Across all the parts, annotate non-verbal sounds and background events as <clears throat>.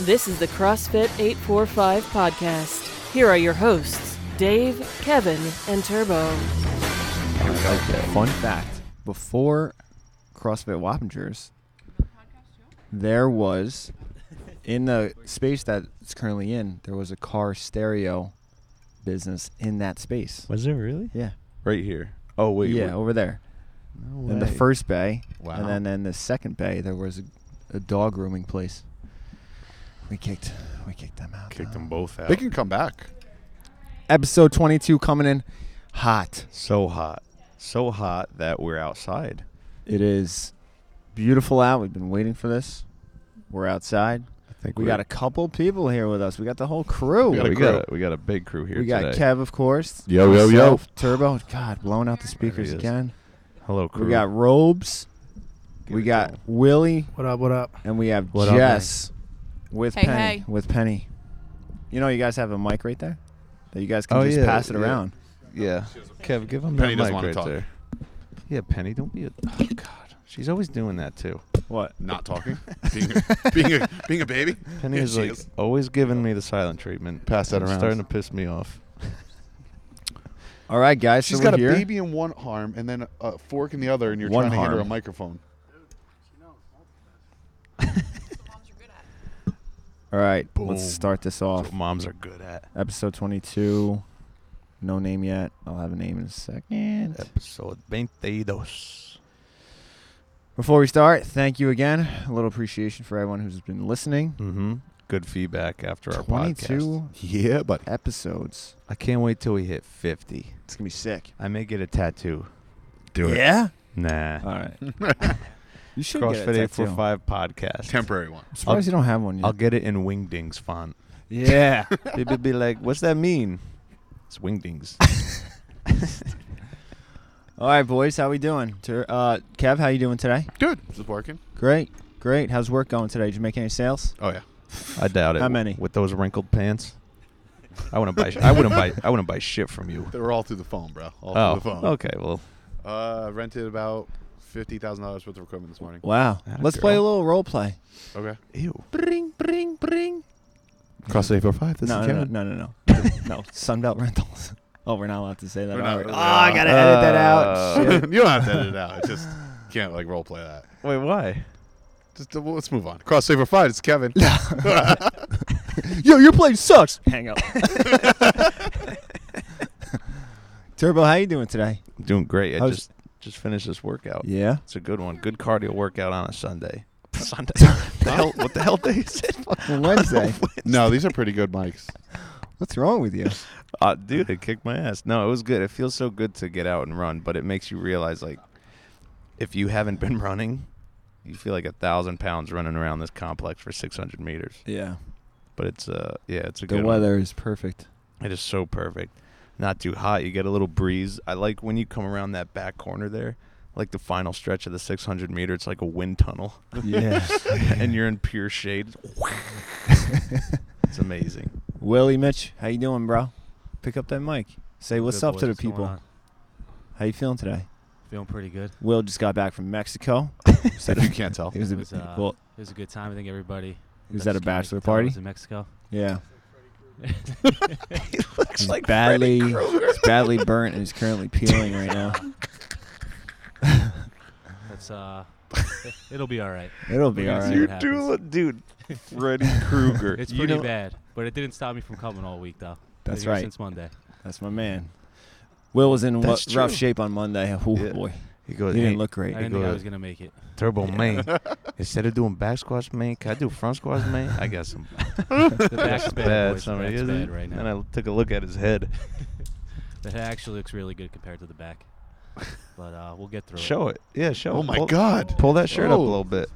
This is the CrossFit 845 podcast. Here are your hosts, Dave, Kevin, and Turbo. Fun fact: Before CrossFit Wappingers, there was in the space that it's currently in, there was a car stereo business in that space. Was it really? Yeah, Right here. Oh wait. yeah, wait. over there No in the way. first bay, Wow. and then in the second bay there was a, a dog grooming place. We kicked, we kicked them out. Kicked though. them both out. They can come back. Episode twenty-two coming in hot. so hot, so hot that we're outside. It is beautiful out. We've been waiting for this. We're outside. I think We got a couple people here with us. We got the whole crew. We got a we crew. got a, we got a big crew here Oh, We got today. Kev, of course. Yo, yo, yo. Turbo. God, blowing out the speakers is. again. Hello crew. We got Robes. Give we it got to 'em. Willie. What up? What up? And we have What up, Jess with Hey, Penny. hey. With Penny. You know, you guys have a mic right there that you guys can Oh, just yeah, pass it yeah. around. Yeah. Kev, give him Penny that doesn't mic wanna right talk. there. Yeah, Penny, don't be a. Oh God, she's always doing that too. What? Not <laughs> talking. being, a, being a being a baby. Penny Yeah, is she like always giving me the silent treatment. Pass that It's around. Starting to piss me off. All right, guys. She's so got we're a here. baby in one arm and then a fork in the other, and you're One trying to hand her a arm. microphone. All right. Boom. Let's start this That's off. what moms are good at. Episode 22. No name yet. I'll have a name in a second. Episode 22. Before we start, thank you again. A little appreciation for everyone who's been listening. Mm-hmm. Good feedback after our podcast. 22 Yeah, but episodes. I can't wait till we hit 50. It's gonna be sick. I may get a tattoo. Yeah. Nah. All right. <laughs> you should CrossFit get a tattoo. 845 podcast. <laughs> temporary one. I'm surprised you don't have one yet. I'll get it in Wingdings font. <laughs> <laughs> yeah. People be like, what's that mean? <laughs> It's Wingdings. <laughs> All right, boys. How we doing? Tur- Uh, Kev, how you doing today? Good. Is it working? Great. Great. How's work going today? Did you make any sales? Oh yeah. I doubt it. How many? With those wrinkled pants. I wouldn't buy I wouldn't buy I wouldn't buy shit from you. They were all through the phone, bro. All oh, through the phone. okay. Well, Uh, I rented about fifty thousand dollars worth of equipment this morning. Wow. Atta Let's play a girl. little role play. <laughs> Okay. ew. Bring, bring, bring. Cross 845. This No, is no, Kevin. no, no, <laughs> no, no. Sunbelt Rentals. <laughs> Oh, we're not allowed to say that. We're are not- we? we're oh, not. I gotta edit that Uh, out. Shit. <laughs> you don't have to edit it out. It's just you can't like role play that. Wait, why? Just uh, well, let's move on. Cross saver five. It's <laughs> Kevin. Yo, your play sucks. Hang up. <laughs> Turbo, how you doing today? I'm doing great. I, I was- just just finished this workout. Yeah. It's a good one. Good cardio workout on <laughs> a Sunday. Sunday. <laughs> the hell, what the hell day is it? <laughs> Wednesday. no, these are pretty good mics. What's wrong with you? Uh, dude, it kicked my ass. No, it was good. It feels so good to get out and run, but it makes you realize like if you haven't been <laughs> running, you feel like a thousand pounds running around this complex for 600 meters. Yeah. But it's uh yeah, it's a The good weather is perfect. One. It is so perfect. Not too hot. You get a little breeze. I like when you come around that back corner there, like the final stretch of the 600 meter. It's like a <laughs> wind tunnel, <laughs> <laughs> Yeah. and you're in pure shade. it's amazing. Willie Mitch, how you doing, bro? Pick up that mic. Say what's Good up to boys, the what's going people. on? How you feeling today? Feeling pretty good. Will just got back from Mexico. If you can't tell. He was, It was, a, uh, well, It was a good time. I think everybody. he was at a Mexican, I bachelor could tell I party. was <laughs> in Mexico. <laughs> Yeah. He looks He's like badly, Freddy Krueger. he's badly burnt and he's currently peeling right now. That's uh, it- it'll be all right. It'll be We're all gonna right. see You what do happens. look, dude. <laughs> Freddy Krueger. It's You pretty know- bad, but it didn't stop me from coming all week though. Been That's here right. Since Monday. That's my man. Will was in wa- That's rough true. shape on Monday. Oh Yeah. boy, He goes, he "Hey, didn't look great. I didn't go think I to- was gonna make it. Turbo <laughs> man. Instead of doing back squats, man, can I do front squats, man? I got some <laughs> The back's bad, boys. The stomach back's issues. bad right And now. I took a look at his head. The head actually looks really good compared to <laughs> the back, but uh, we'll get through Show it. Yeah, show it. Oh my Pull- God. Pull that shirt up a Oh. little bit. it.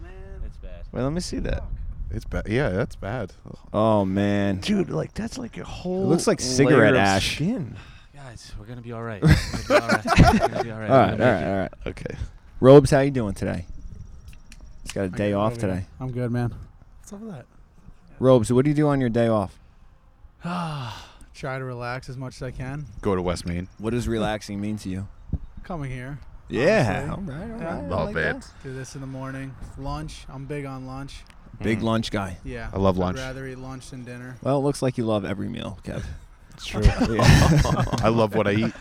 It's bad. Wait, let me see that. It's bad. Yeah, that's bad. Oh man, Dude, like that's like a whole looks like layer cigarette of ash. Skin. Guys, we're gonna be <laughs> all right. We're gonna be all right. We're gonna be all right. All right, We're all gonna right, make all right. Okay. Robes, how you doing today? He's got a day off today. I'm good, man. What's up with that? Robes, what do you do on your day off? Try to relax as much as I can. Go to West Main. What does relaxing mean to you? Coming here, Yeah. Honestly. All right, all Yeah. right. I Love that. it. do this in the morning. Lunch. I'm big on lunch. Big Mm. lunch guy. Yeah. I love lunch. I'd rather eat lunch than dinner. Well, it looks like you love every meal, Kev. It's <laughs> true. I love what I eat,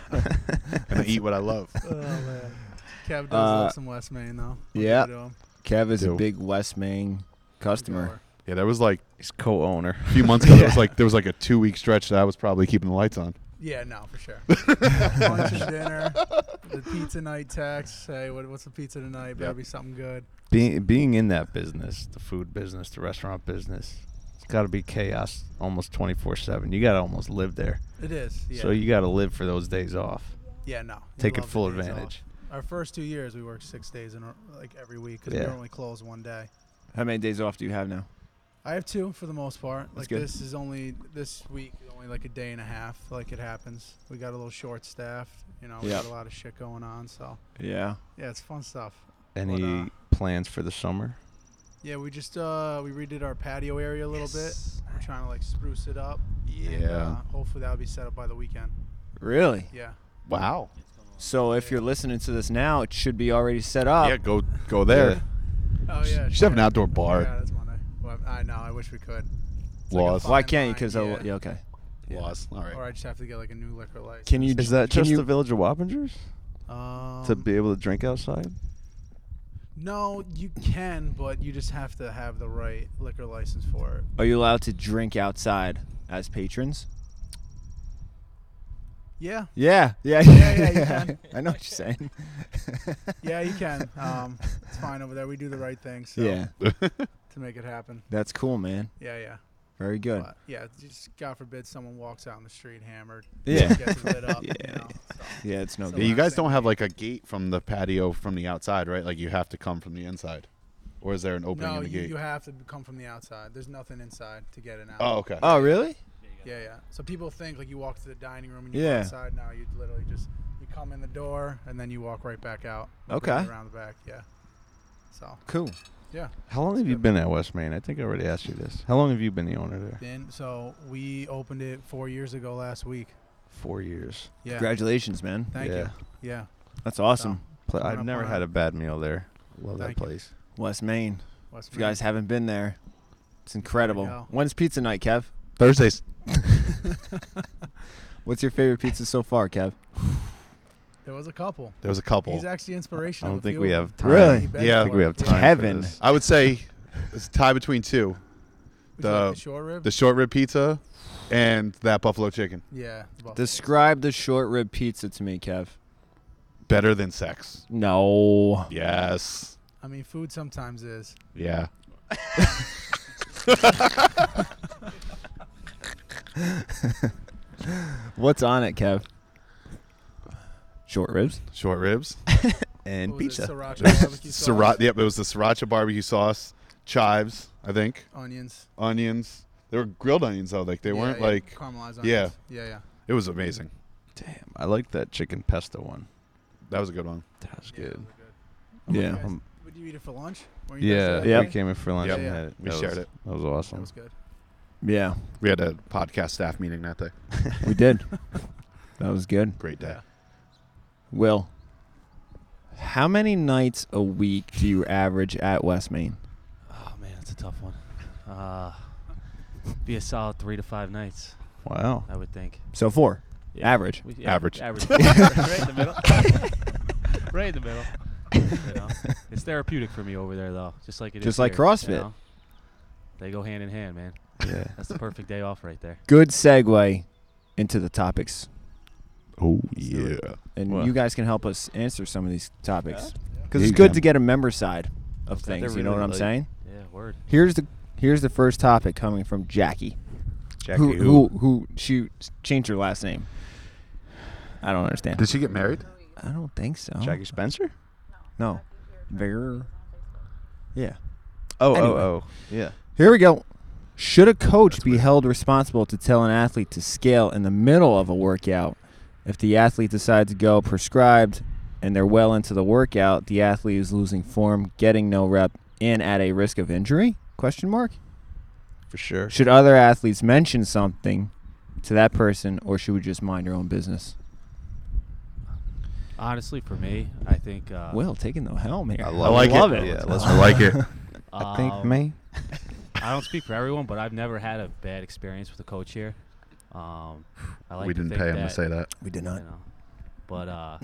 and I eat what <laughs> I love. <laughs> oh man. Kev does Uh, love some West Main though. I'll give yeah. it to him. Kev is a Yo. big West Main customer. Dollar. Yeah, there was like He's co-owner. a few months ago. There was like there was like a two week stretch that I was probably keeping the lights on. Yeah, no, <laughs> for sure. <laughs> lunch and dinner. The pizza night text. Hey, what, what's the pizza tonight? Better Yep. be something good. Being being in that business, the food business, the restaurant business, it's got to be chaos almost 24/7. You got to almost live there. It is. Yeah. So you got to live for those days off. yeah, no. You Taking love the full days off. advantage. Our first two years, we worked six days in a- like every week because we Yeah. were only closed one day. How many days off do you have now? I have two for the most part. like good. this is only this week is only like a day and a half. Like it happens. We got a little short staffed. You know, we Yeah. got a lot of shit going on. So Yeah. yeah, it's fun stuff. Any uh, plans for the summer? Yeah, we just uh we redid our patio area a little bit. We're trying to like spruce it up. And, uh, hopefully that'll be set up by the weekend. Really? Yeah. Wow. So if you're listening to this now, it should be already set up. Yeah, go go there. Oh yeah. You should have an shit. outdoor Yeah, bar. that's Monday. Well, I know. I wish we could. It's like a Laws. fine Why can't you? line, Because yeah. yeah, okay. Laws. All right. Or I just have to get like a new liquor license. Can you? Is that can just you, the village of Wappingers um, to be able to drink outside? No, you can, but you just have to have the right liquor license for it. Are you allowed to drink outside as patrons? Yeah, Yeah, <laughs> yeah, yeah, you can. I know what you're saying. <laughs> yeah, <laughs> you can. Um, it's fine over there. We do the right thing, so Yeah, to make it happen. that's cool, man. Yeah, yeah. Very good. But yeah, just God forbid someone walks out in the street hammered. Yeah. <laughs> gets lit up. Yeah. You know, so. Yeah, it's no So- Yeah, good. you guys don't have like a gate from the patio from the outside, right? Like you have to come from the inside, or is there an opening No, in the you, gate? you have to come from the outside. There's nothing inside to get in. Out. oh, okay. Oh, really? Yeah, yeah. So people think like you walk to the dining room and you Yeah. go outside. Now you literally just you come in the door and then you walk right back out. like, Okay. Around the back, yeah. So Cool. yeah. How long have you been at West Main? I think I already asked you this. How long have you been the owner there? Then so we opened it four years ago last week. Four years. Yeah. Congratulations, man. Thank Yeah. you. Yeah. That's awesome. Pla- Coming I've up never on had it. a bad meal there. Love that Thank you. place. West Maine. West If you guys haven't been there, it's incredible. go. When's pizza night, Kev? <laughs> Thursdays. What's your favorite pizza so far, Kev? there was a couple. There was a couple. He's actually I inspirational. don't of a think few we of have them. time. Really? He begged Yeah. I I for think think we it. have Yeah. time. Heaven. For this. I would say it's a tie between two: Would you like the- the short rib. the short rib pizza and that buffalo chicken. yeah. the buffalo. Describe the short rib pizza to me, Kev. Better than sex. No. Yes. I mean, food sometimes is. Yeah. What's on it, Kev? Short ribs. Short ribs. And what was it, pizza. Sriracha <laughs> barbecue sauce, Sriracha. Yep. It was the sriracha barbecue sauce, chives. I think onions. onions. They were grilled onions though. Like they Yeah, weren't yeah, like. caramelized onions. yeah. Yeah, yeah. It was amazing. Damn, I like that chicken pesto one. That was a good one. That was Yeah, those good. are good. Yeah. Guys, Um, Would you eat it for lunch? Were you guys Yeah, there? Yeah. uh, we came in for lunch Yep. and Yeah. had it. We That shared was- it. That was That awesome. was good. Yeah, We had a podcast staff meeting that day. <laughs> we <laughs> did. Oh, that was good. Great day. Yeah. Will, how many nights a week do you average at West Main? Oh man, that's a tough one. Uh, be a solid three to five nights, Wow. I would think. So four. Yeah. Average. <laughs> We- <laughs> Average. Average. <laughs> right in the middle. right in the middle. You know? It's therapeutic for me over there, though. Just like it is Just like here, you CrossFit. know? They go hand in hand, man. Yeah. That's the perfect day off right <laughs> there. Good segue into the topics, Oh do it. and Well- you guys can help us answer some of these topics because Yeah, it's you good can. to get a member side of Glad things. they're You know really what I'm late. saying? Yeah, word. Here's the here's the first topic coming from Jackie, Jackie, who, who who she changed her last name. I don't understand. Did she get married? I don't think so. Jackie Spencer? No. Ver. Yeah. Oh, Anyway. oh, oh. Yeah. Here we go. Should a coach be held responsible to tell an athlete to scale in the middle of a workout? If the athlete decides to go prescribed and they're well into the workout, the athlete is losing form, getting no rep, and at a risk of injury? Question mark. For sure. Should other athletes mention something to that person, or should we just mind our own business? Honestly, for me, I think. Uh, Will taking the helm here. I I love like it. <laughs> it. Yeah, I let's like it. I think um, me. <laughs> I don't speak for everyone, but I've never had a bad experience with a coach here. Um, I like we to didn't think pay him that, to say that. We did not. You know, but uh,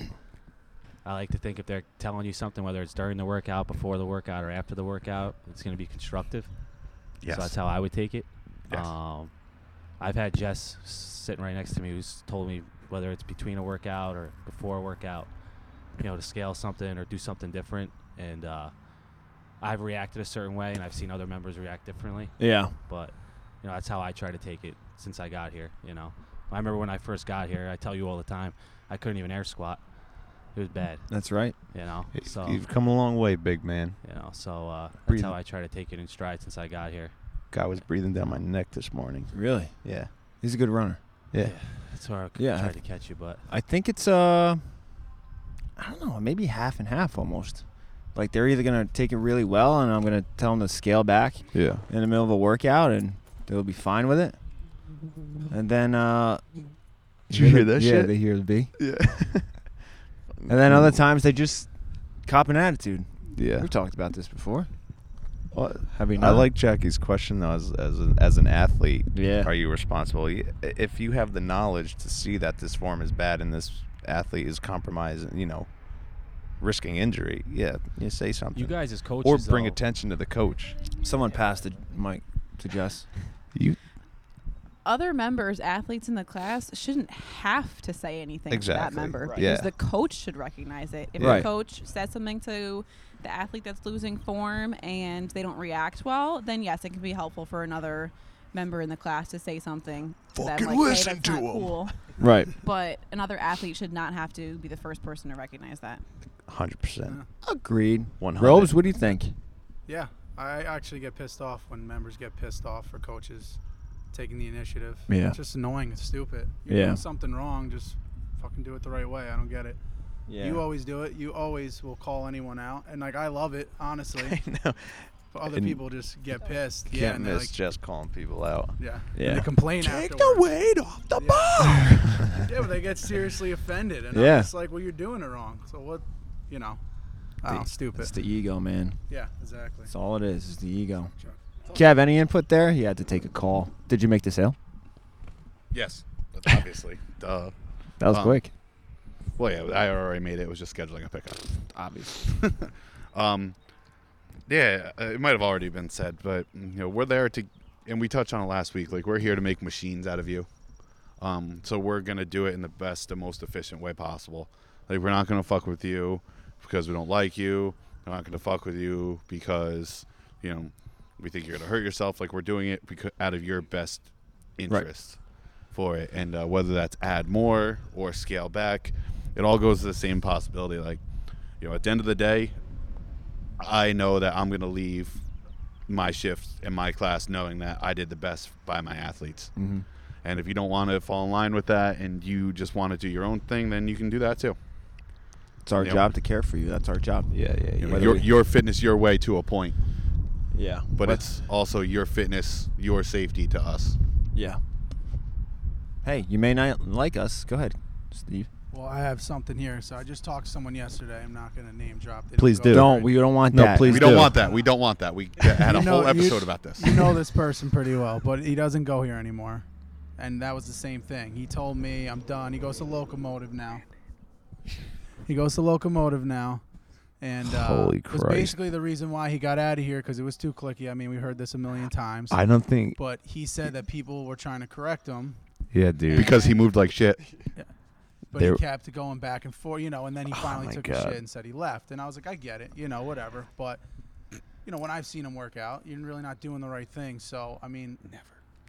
I like to think if they're telling you something, whether it's during the workout, before the workout, or after the workout, it's going to be constructive. So that's how I would take it. Yes. Um, I've had Jess s- sitting right next to me who's told me whether it's between a workout or before a workout, you know, to scale something or do something different. And uh, I've reacted a certain way, and I've seen other members react differently. Yeah. But, you know, that's how I try to take it since I got here, you know. I remember when I first got here, I tell you all the time, I couldn't even air squat. It was bad, That's right. you know. So, you You've come a long way, big man. know, so uh, that's Breathe. how I try to take it in stride since I got here. Guy was breathing down my neck this morning. Really. Yeah. He's a good runner. Yeah. That's where I Yeah, tried I've- to catch you, but I think it's uh I don't know, maybe half and half almost. Like they're either gonna take it really well and I'm gonna tell them to scale back Yeah. in the middle of a workout and they'll be fine with it. And then uh Did you hear that yeah, shit? they hear the B. <laughs> Yeah. And then other times they just cop an attitude. Yeah. We've talked about this before. Well, Have we I not? like Jackie's question though. As as an, as an athlete, Yeah. are you responsible? Y- If you have the knowledge to see that this form is bad and this athlete is compromised, you know, risking injury, yeah, you say something. you guys as coaches. or bring though, attention to the coach. someone passed the mic to Jess. You Other members, athletes in the class, shouldn't have to say anything to that Exactly. member Right. because Yeah. the coach should recognize it. If Right. the coach says something to the athlete that's losing form and they don't react well, then yes, it can be helpful for another member in the class to say something. to Fucking them, like, listen hey, that's to not 'em." Cool. Right. But another athlete should not have to be the first person to recognize that. hundred percent. Agreed. 100. Robes, what do you think? Yeah, I actually get pissed off when members get pissed off for coaches taking the initiative. Yeah. It's just annoying. It's stupid. You're Yeah. doing something wrong. Just fucking do it the right way. I don't get it. Yeah. You always do it. You always will call anyone out. And, like, I love it, honestly. no, But other And- people just get pissed. yeah, can't and miss they're like, just calling people out. yeah. Yeah. And they complain afterwards. weight off the <laughs> Yeah, but they get seriously offended. And Yeah. I'm just like, well, you're doing it wrong. So what, you know, <laughs> I don't know, Oh, stupid. It's the ego, man. yeah, exactly. That's all it is, is the ego. Kev, any input there? You had to take a call. Did you make the sale? Yes, obviously. <laughs> Duh. That was Um, quick. Well, yeah, I already made it. It was just scheduling a pickup, <laughs> obviously. um, yeah, uh, it might have already been said, but you know, we're there to, and we touched on it last week. Like we're here to make machines out of you. Um, so we're gonna do it in the best and most efficient way possible. Like we're not gonna fuck with you because we don't like you. We're not gonna fuck with you because you know we think you're gonna hurt yourself. Like we're doing it because out of your best interest for it, and uh, whether that's add more or scale back, it all goes to the same possibility. Like you know, at the end of the day, I know that I'm gonna leave my shift in my class knowing that I did the best by my athletes. Mhm. And if you don't want to fall in line with that and you just want to do your own thing, then you can do that too. It's our yeah. job to care for you. That's our job. Yeah, yeah, You know, yeah. whether your, we- your fitness your way to a point, Yeah. but it's also your fitness, your safety to us. yeah. Hey, you may not like us. Go ahead, Steve. Well, I have something here. So I just talked to someone yesterday. I'm not going to name drop. They didn't Please go do. for Don't it. we don't want No, that. please We don't do. want that. We don't want that. We had a You whole know- you- episode about this. <laughs> You know this person pretty well, but he doesn't go here anymore. And that was the same thing. He told me, I'm done. He goes to Locomotive now. He goes to Locomotive now. And uh, Holy it was Christ. basically the reason why he got out of here because it was too clicky. I mean, we heard this a million times. I don't think. but he said that people were trying to correct him, Yeah, dude. Because he moved like <laughs> shit. but There- Oh he kept going back and forth, you know. And then he finally my took God. a shit and said he left. And I was like, I get it, you know, whatever. But you know, when I've seen him work out, you're really not doing the right thing. So I mean,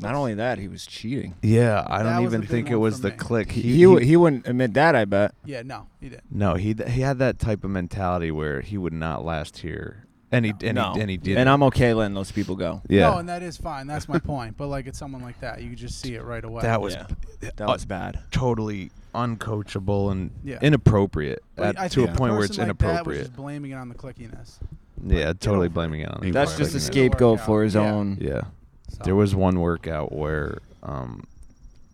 Not only that, he was cheating. Yeah, I That don't was a even big think it one was for the me. click. He, he, w- he wouldn't admit that, I bet. yeah, no, he did. No, he he had that type of mentality where he would not last here, and he and, no. he, and he did. And I'm okay letting those people go. yeah, No, and that is fine. That's my point. But like, it's someone like that, you could just see it right away. that was Yeah. uh, That was bad. totally uncoachable and Yeah. inappropriate But at- I to think a the point where it's person like that was inappropriate. just blaming it on the clickiness. yeah, totally blaming it on. the That's coach. just a Like, Yeah. scapegoat workout. for his Yeah. own. Yeah. So. There was one workout where um,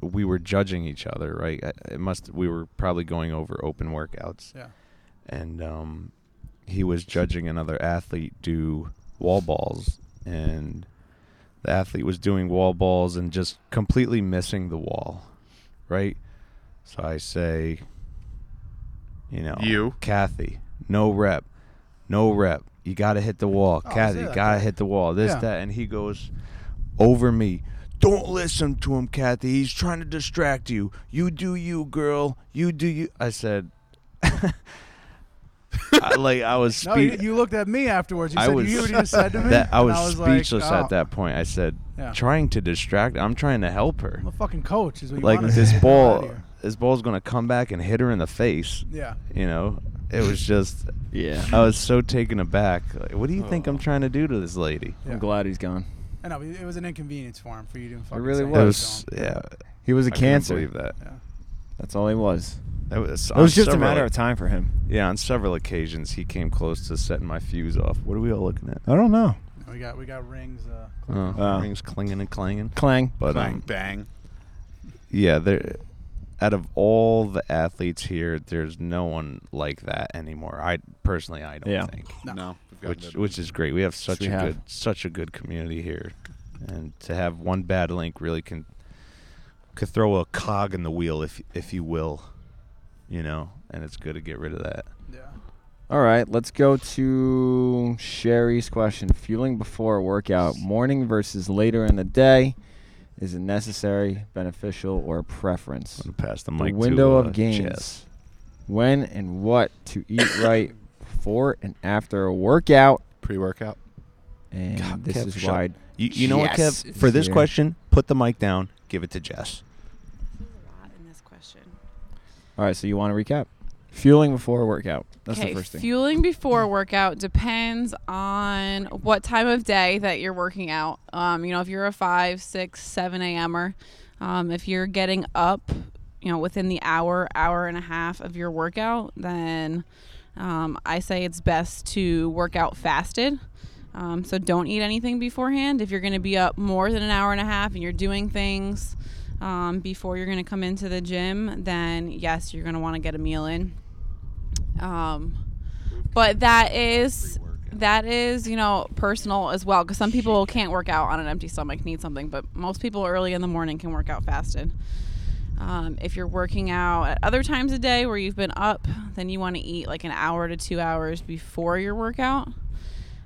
we were judging each other, right? I- It must we were probably going over open workouts, Yeah. and um, he was judging another athlete do wall balls, and the athlete was doing wall balls and just completely missing the wall, right? So I say, you know, You. Kathy, no rep, no rep. You got to hit the wall. Oh, Kathy, say that got to then. hit the wall. This, Yeah. that. And he goes over me. Don't listen to him, Kathy. He's trying to distract you. You do you, girl. You do you. I said, <laughs> I, like, I was No, you, speed- you looked at me afterwards. You I said, was- you hear what you just said to me? that I And was, like, speechless oh, at that point. I said, Yeah. trying to distract. I'm trying to help her. I'm a fucking coach is what you Like want to this say. <laughs> Get out of ball, here. this ball's gonna come back and hit her in the face. Yeah. You know, it was just. Yeah. I was so taken aback. Like, what do you Oh. think I'm trying to do to this lady? yeah. I'm glad he's gone. I know, it was an inconvenience for him for you to fucking really say was. It that to was, him. yeah. He was I a couldn't cancer. Believe that. Yeah. That's all he was. That was. It was just a matter of time for him. Yeah, on several occasions he came close to setting my fuse off. What are we all looking at? I don't know. We got we got rings. Uh, Oh, Oh. rings clanging and clanging. Clang. But Bang, um, bang. Yeah, there. Out of all the athletes here, there's no one like that anymore. I personally, I don't Yeah. think. No. No. we've gotten Which to- which is great. We have such we a have. good such a good community here, and to have one bad link really can could throw a cog in the wheel, if if you will, you know. And it's good to get rid of that. yeah. All right, let's go to Sherry's question. Fueling before a workout, morning versus later in the day, is it necessary, beneficial, or a preference? I'm gonna pass the The mic. window to, of uh, gains. Jess. When and what to eat right before and after a workout. pre-workout. And God, this Kev, is shut- why. You, you know what, Jess Kev? For is this here. question, put the mic down. Give it to Jess. a lot in this question. All right, so you want to recap? Fueling before a workout. That's the Okay, first thing. fueling before a workout depends on what time of day that you're working out. Um, you know, if you're a five, six, seven a.m.er, um, if you're getting up, you know, within the hour, hour and a half of your workout, then um, I say it's best to work out fasted. Um, so don't eat anything beforehand. If you're going to be up more than an hour and a half and you're doing things um, before you're going to come into the gym, then yes, you're going to want to get a meal in. Um, but that is that is you know personal as well because some people can't work out on an empty stomach, need something, but most people early in the morning can work out fasted. Um, if you're working out at other times of day where you've been up, then you want to eat like an hour to two hours before your workout,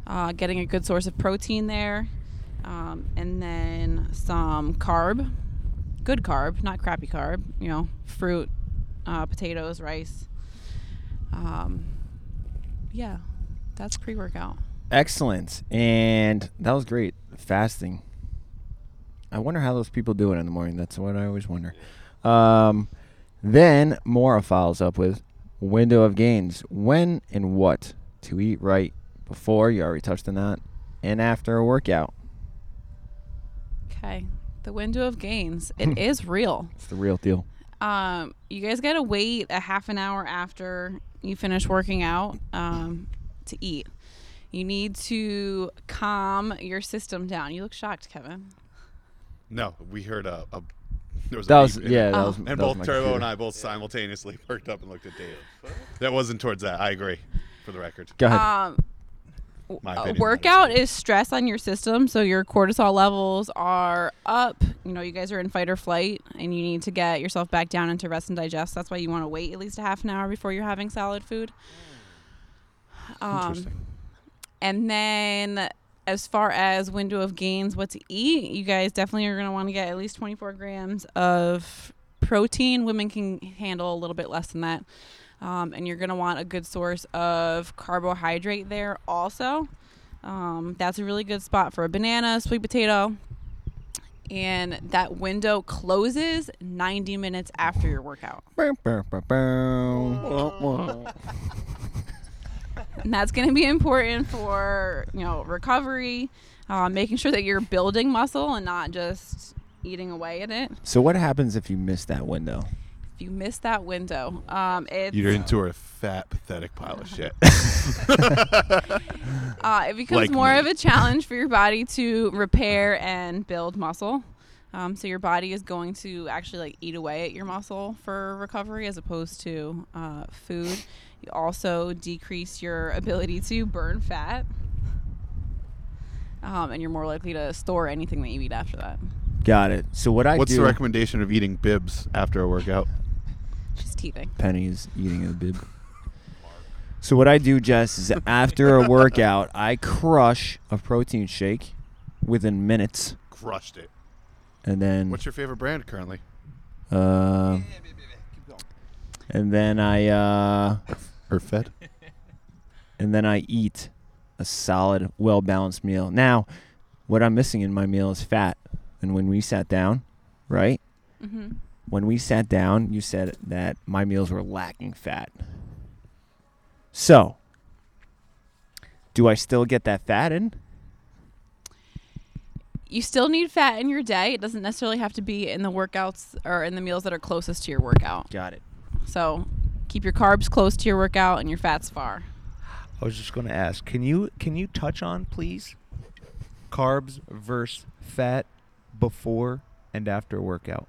uh, getting a good source of protein there, um, and then some carb, good carb, not crappy carb. You know, fruit, uh, potatoes, rice. Um, yeah, that's pre workout. Excellent. And that was great. Fasting. I wonder how those people do it in the morning. That's what I always wonder. Um, then Mora follows up with window of gains. When and what to eat right before, you already touched on that, and after a workout. Okay. The window of gains. It is real. It's the real deal. Um, you guys got to wait a half an hour after you finish working out um, to eat. You need to calm your system down. You look shocked, Kevin. No, we heard a. a there was That a was, beep in yeah, it. that Oh. was that And was both my Turbo and computer. I both simultaneously <laughs> perked up and looked at Dave. That wasn't towards that. I agree, for the record. Go ahead. Um, My a opinion, that Uh, workout is stress on your system, so your cortisol levels are up. You know, you guys are in fight or flight, and you need to get yourself back down into rest and digest. That's why you want to wait at least a half an hour before you're having solid food. Um, and then, as far as window of gains, what to eat, you guys definitely are going to want to get at least 24 grams of protein. Women can handle a little bit less than that. Um, and you're going to want a good source of carbohydrate there also. Um, that's a really good spot for a banana, sweet potato. And that window closes 90 minutes after your workout. And that's going to be important for, you know, recovery, uh, making sure that you're building muscle and not just eating away at it. so what happens if you miss that window? If you miss that window, um, it's, You're into a fat, pathetic pile <laughs> of shit. uh, it becomes like more me. of a challenge for your body to repair and build muscle. Um, so your body is going to actually like eat away at your muscle for recovery as opposed to uh, food. You also decrease your ability to burn fat. um, and you're more likely to store anything that you eat after that. Got it. So what I What's do? the recommendation of eating bibs after a workout? Just teething. Penny's eating a bib. So what I do, Jess, <laughs> is after a workout, I crush a protein shake within minutes, Crushed it. and then What's your favorite brand currently? uh, and then I uh, Or fed? and then I eat a solid, well balanced meal. Now, what I'm missing in my meal is fat. And when we sat down, right? hmm When we sat down, you said that my meals were lacking fat. So, do I still get that fat in? You still need fat in your day. It doesn't necessarily have to be in the workouts or in the meals that are closest to your workout. Got it. So keep your carbs close to your workout and your fats far. I was just going to ask, can you can you touch on please carbs versus fat before and after a workout?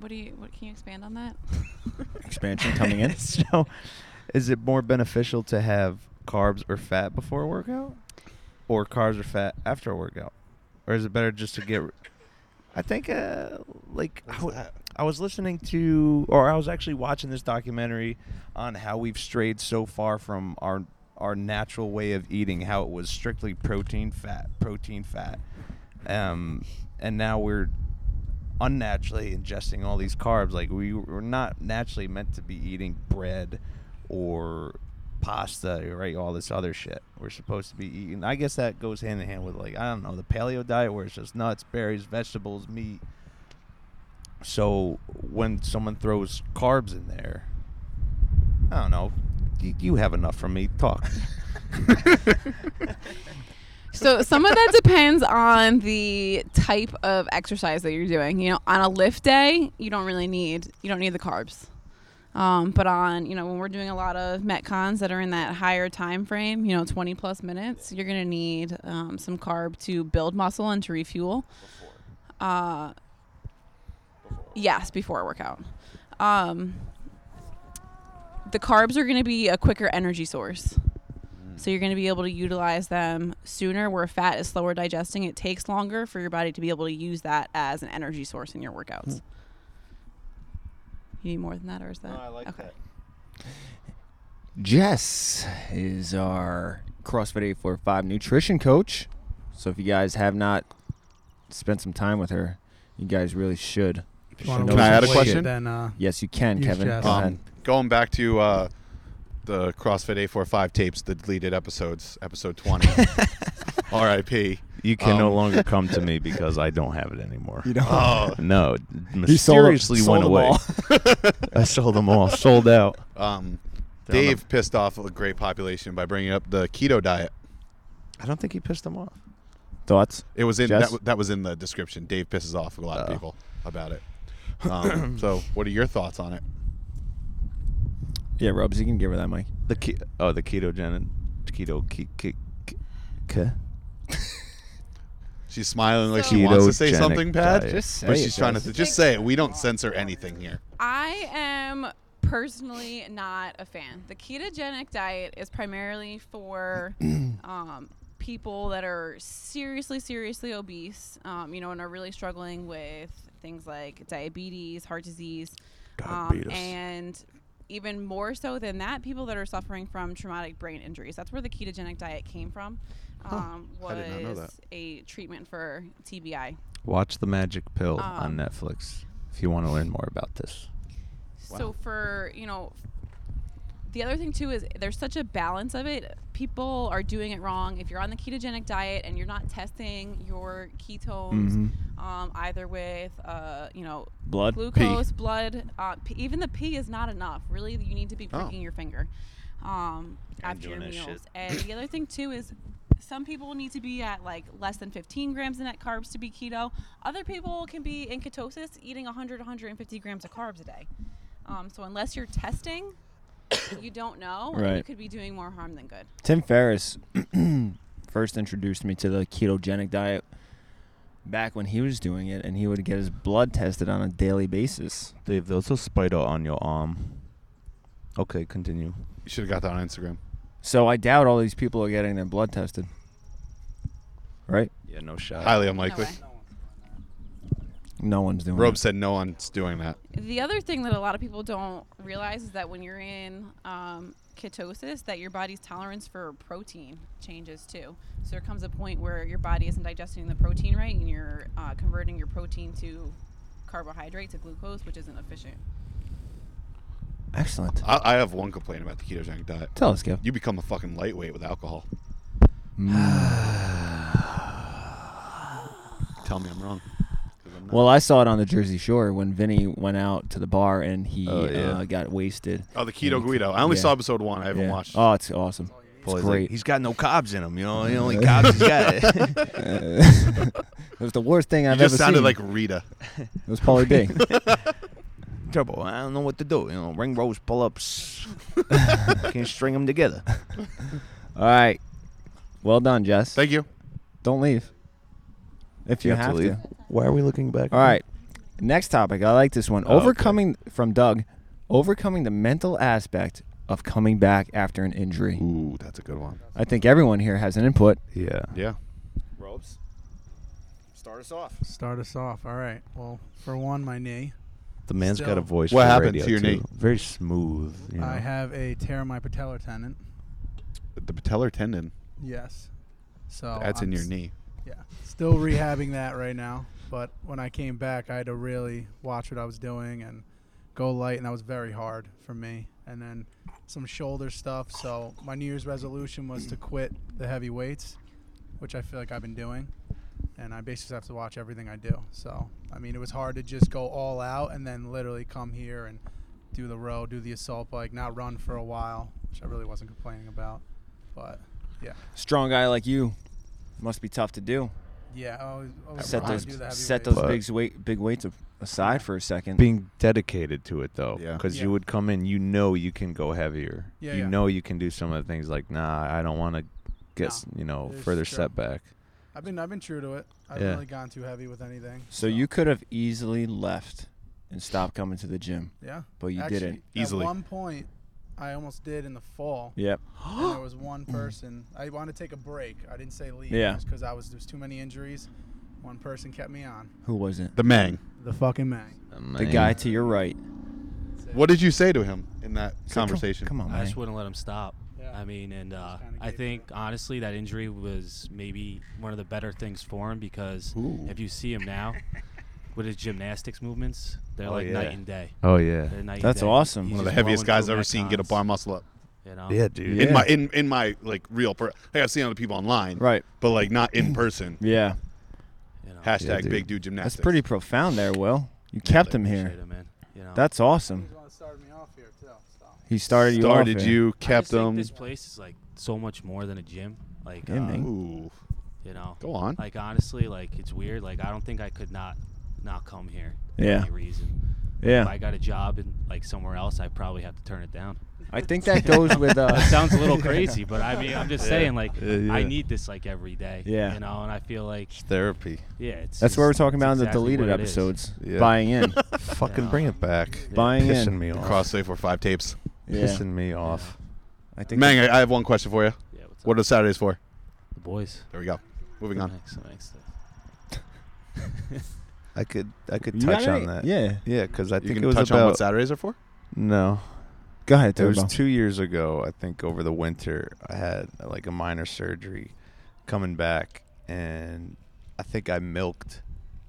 What do you? What can you expand on that? Expansion coming <laughs> in. so, is it more beneficial to have carbs or fat before a workout, or carbs or fat after a workout, or is it better just to get? I think, uh, like, I, w- I was listening to, or I was actually watching this documentary on how we've strayed so far from our our natural way of eating, how it was strictly protein, fat, protein, fat, um, and now we're unnaturally ingesting all these carbs. Like we were not naturally meant to be eating bread or pasta, right? All this other shit. We're supposed to be eating. I guess that goes hand in hand with like I don't know the paleo diet, where it's just nuts, berries, vegetables, meat. So when someone throws carbs in there, I don't know. You, you have enough from me. <laughs> Talk. <laughs> So some of that depends on the type of exercise that you're doing. You know, on a lift day, you don't really need you don't need the carbs. Um, but on you know when we're doing a lot of metcons that are in that higher time frame, you know, 20 plus minutes, you're gonna need um, some carb to build muscle and to refuel. Uh, yes, before a workout. Um, the carbs are gonna be a quicker energy source. So you're going to be able to utilize them sooner where fat is slower digesting. It takes longer for your body to be able to use that as an energy source in your workouts. You need more than that, or is that? okay. Jess is our CrossFit 845 nutrition coach. So if you guys have not spent some time with her, you guys really should. If you wanna Can lose I add a weight, question? Then uh, Yes, you can, Use Kevin. Jess. Go ahead. Um, going back to uh, the CrossFit 845 tapes, the deleted episodes, <laughs> episode 20. R.I.P. You can no Um, longer <laughs> come to me because I don't have it anymore. you don't. Oh, No, He sold- mysteriously sold went them away. all. <laughs> I sold them all. Sold out. um, They're on the- Dave pissed off a great population by bringing up the keto diet. I don't think he pissed them off. Thoughts? It was in Jess? that, w- that was in the description. Dave pisses off a lot of Oh. people about it. Um, so, what are your thoughts on it? Yeah, Rubs, you can give her that mic. The ke- oh, the ketogenic keto ke- ke- ke- ke- She's smiling like she wants to say Ketogenic something, Pat. diet. Just but say it, she's trying to Jess. just say it. We don't censor anything here. I am personally not a fan. The ketogenic diet is primarily <clears throat> for um, people that are seriously, seriously obese, um, you know, and are really struggling with things like diabetes, heart disease, um, Diabetes. and even more so than that, people that are suffering from traumatic brain injuries. That's where the ketogenic diet came from. Um, I did not know was that. a treatment for TBI. Watch the Magic Pill on Um, Netflix if you want to learn more about this. So for you know, the other thing too is there's such a balance of it. People are doing it wrong. If you're on the ketogenic diet and you're not testing your ketones, Mm-hmm. um, either with uh, you know Blood. glucose, blood, uh, p- even the pee is not enough. Really, you need to be pricking your finger um, after your Oh. doing meals. this shit. And the other thing too is some people need to be at like less than 15 grams of net carbs to be keto. Other people can be in ketosis eating 100, 150 grams of carbs a day. Um, so unless you're testing, you don't know. and you Right. could be doing more harm than good. Tim Ferriss <clears throat> first introduced me to the ketogenic diet back when he was doing it, and he would get his blood tested on a daily basis. Dave, there's a spider on your arm. Okay, continue. You should have got that on Instagram. So I doubt all these people are getting their blood tested. right? Yeah, no shot. Highly unlikely. way. No one's doing Robe it. said no one's doing that. The other thing that a lot of people don't realize is that when you're in um, ketosis, that your body's tolerance for protein changes too. So there comes a point where your body isn't digesting the protein right, and you're uh, converting your protein to carbohydrate to glucose, which isn't efficient. Excellent. I, I have one complaint about the ketogenic diet. Tell us, Kev. You become a fucking lightweight with alcohol. Mm. Tell me I'm wrong. 'Cause I'm not. Well, I saw it on the Jersey Shore when Vinny went out to the bar and he Oh, yeah. uh, got wasted. oh, the keto Guido. I only Yeah. saw episode one. I haven't Yeah. watched. Oh, it's awesome. Paul's It's like, great. he's got no cobs in him. You know, the <laughs> only cobs he's got. <laughs> Uh, <laughs> It was the worst thing you I've just ever sounded seen. like Rita. it was Paulie <laughs> B. Trouble. I don't know what to do. You know, ring rows, pull <laughs> ups. Can't string them together. All right. Well done, Jess. Thank you. Don't leave. If you, have, to. Why are we looking back? All right. Next topic. I like this one. Oh, okay. overcoming from Doug. Overcoming the mental aspect of coming back after an injury. Ooh, that's a good one. I think everyone here has an input. Yeah. Yeah. Robes. Start us off. Start us off. All right. Well, for one, my knee. The man's got a Still. voice. What for happened radio, to your too. knee? Very smooth. You know? I have a tear in my patellar tendon. The patellar tendon. Yes. So that's in Oh, I'm your s- knee. Yeah. Still rehabbing that right now. But when I came back, I had to really watch what I was doing and go light, and that was very hard for me. And then some shoulder stuff. So my New Year's resolution was to quit the heavy weights, which I feel like I've been doing. And I basically have to watch everything I do. So, I mean, it was hard to just go all out and then literally come here and do the row, do the assault bike, not run for a while, which I really wasn't complaining about. But yeah. Strong guy like you must be tough to do. Yeah, I always, always Set wanted those to do the heavy set weights. those big weight big weights a- aside for a second. being dedicated to it though Yeah. because Yeah. you would come in you know you can go heavier Yeah, you yeah. know you can do some of the things like nah i don't want to get No, s you know it's further true. setback I've been I've been true to it. I Yeah. haven't really gone too heavy with anything. So you could have easily left and stopped coming to the gym, yeah. but you Actually, didn't. Easily. At one point, I almost did in the fall. Yep. and there was one person. I wanted to take a break. I didn't say leave. Yeah. Because I was there was too many injuries. One person kept me on. Who was it? The Mang. The fucking man. The guy to your right. What did you say to him in that conversation? Come on, I man. just wouldn't let him stop. Yeah. I mean, and uh, kinda I gave think honestly that injury was maybe one of the better things for him because Ooh. if you see him <laughs> now with his gymnastics movements, they're Oh, like yeah. night and day. oh yeah They're night and That's day. awesome. He's One of the just heaviest blowing guys I've through ever seen get a metcons, bar muscle up. You know? yeah dude Yeah. In my in in my like real per like I've seen other people online. Right. But like <clears throat> not in person. Yeah. You know, Hashtag Yeah, dude. big dude gymnastics. That's pretty profound there, Will. You kept him appreciate here. it, man. You know, That's awesome. He's the one that started me off here too. So. He started you Started off eh? you, I just kept think him. This place is like so much more than a gym. Like, Yeah, uh, man. Ooh. you know, Go on. like honestly, like it's weird. Like I don't think I could not not come here. for Yeah. any reason. If I Yeah. got a job in like somewhere else, I probably have to turn it <laughs> down. I think that goes with uh <laughs> That sounds a <laughs> little crazy, but I mean, I'm just saying, like, Yeah, yeah. I need this like every day. Yeah. you know, and I feel like, therapy yeah, it's. That's what we're just- talking about in it's the exactly deleted what it is. episodes. Yeah. Buying <laughs> in. fucking Yeah. bring it back Buying pissing in. me off Cross safe for five tapes. yeah. pissing me off I think Mang, I I have one question for you. Yeah, what's What up? are Saturdays for? the boys? There we go. Moving on. Next, next. i could i could You got touch on it? that Yeah. yeah because i You think can it was touch on what about Saturdays are for? no Go ahead, It was Turbo. two years ago, I think, over the winter. I had uh, like a minor surgery coming back, and I think I milked,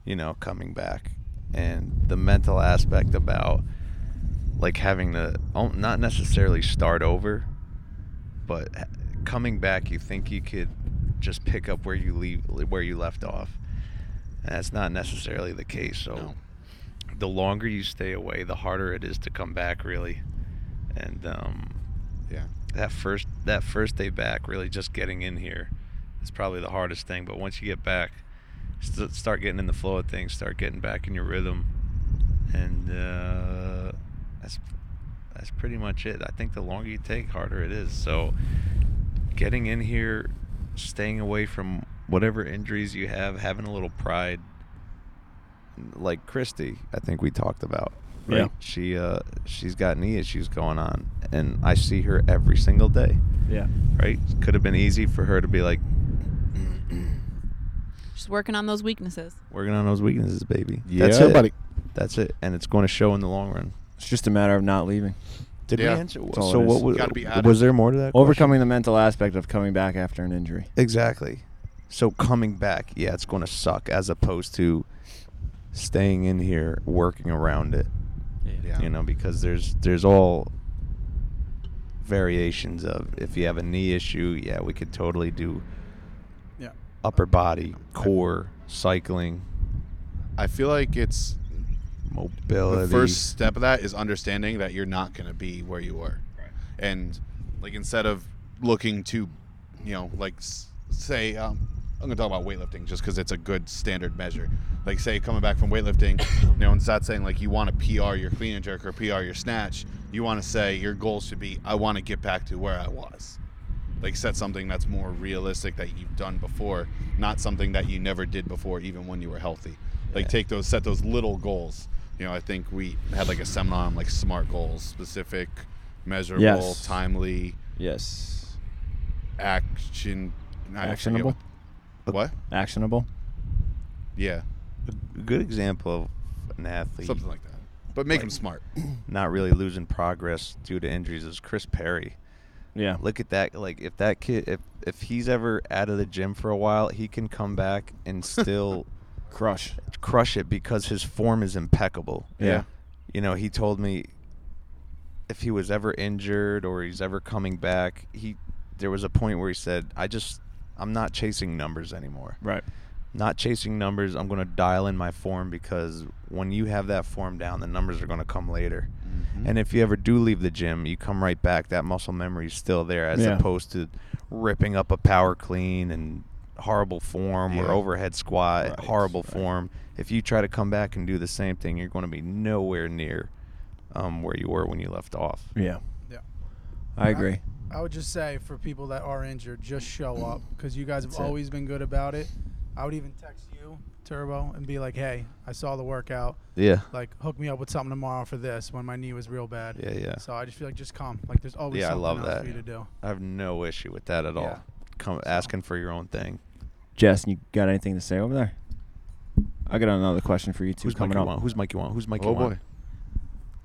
you know, coming back. And the mental aspect about like having to oh, not necessarily start over, but h- coming back, you think you could just pick up where you leave where you left off. And that's not necessarily the case. Oh. So No. the longer you stay away, the harder it is to come back, really. And um, Yeah. that first that first day back, really just getting in here, is probably the hardest thing. But once you get back, st- start getting in the flow of things, start getting back in your rhythm, and uh, that's that's pretty much it. I think the longer you take, harder it is. So getting in here, staying away from whatever injuries you have, having a little pride. Like Christy, I think we talked about. Yeah. She uh she's got knee issues going on and I see her every single day. Yeah. Right? Could have been easy for her to be like Just working on those weaknesses. Working on those weaknesses, baby. That's Yeah, it, buddy. That's it, and it's going to show in the long run. It's just a matter of not leaving. Did Yeah. we answer? all so it what is. was, Gotta be at was it. there more to that? question? Overcoming the mental aspect of coming back after an injury. Exactly. So coming back, yeah, it's going to suck as opposed to staying in here working around it. Yeah. You know, because there's there's all variations of if you have a knee issue, yeah, we could totally do Yeah. upper body, core, cycling, I feel like it's mobility. the first step of that is understanding that you're not going to be where you were and like instead of looking to you know like s- say um, i'm going to talk about weightlifting just because it's a good standard measure like say coming back from weightlifting <coughs> you know instead of saying like you want to pr your clean and jerk or pr your snatch you want to say your goal should be i want to get back to where i was like set something that's more realistic that you've done before, not something that you never did before, even when you were healthy. Like take those, set those little goals. You know, I think we had like a seminar on like smart goals, specific, measurable, Yes. timely, Yes. action. I forget Actionable. What, what? Actionable. Yeah, A good example of an athlete something like that. But make them smart. oh not really losing progress due to injuries is Chris Perry. Yeah. look at that like if that kid if if he's ever out of the gym for a while he can come back and still Crush. crush it because his form is impeccable Yeah. you know he told me if he was ever injured or he's ever coming back he there was a point where he said i just i'm not chasing numbers anymore Right. not chasing numbers i'm going to dial in my form because when you have that form down the numbers are going to come later and if you ever do leave the gym, you come right back. That muscle memory is still there, as Yeah. opposed to ripping up a power clean and horrible form Yeah. or overhead squat, Right, horrible right. form. If you try to come back and do the same thing, you're going to be nowhere near um, where you were when you left off. Yeah. Yeah. I agree. I would just say for people that are injured, just show up because you guys have always been good about it. I would even text you, Turbo, and be like, "Hey, I saw the workout. Yeah, Like, hook me up with something tomorrow for this when my knee was real bad." yeah, yeah. So I just feel like just come. Like, there's always Yeah, I something love else that. for you to do. I have no issue with that at Yeah. all. Come asking for your own thing. Jess, you got anything to say over there? I got another question for you two Who's Mike coming you up. want? Who's Mike you want? Who's Mike Oh you want? boy,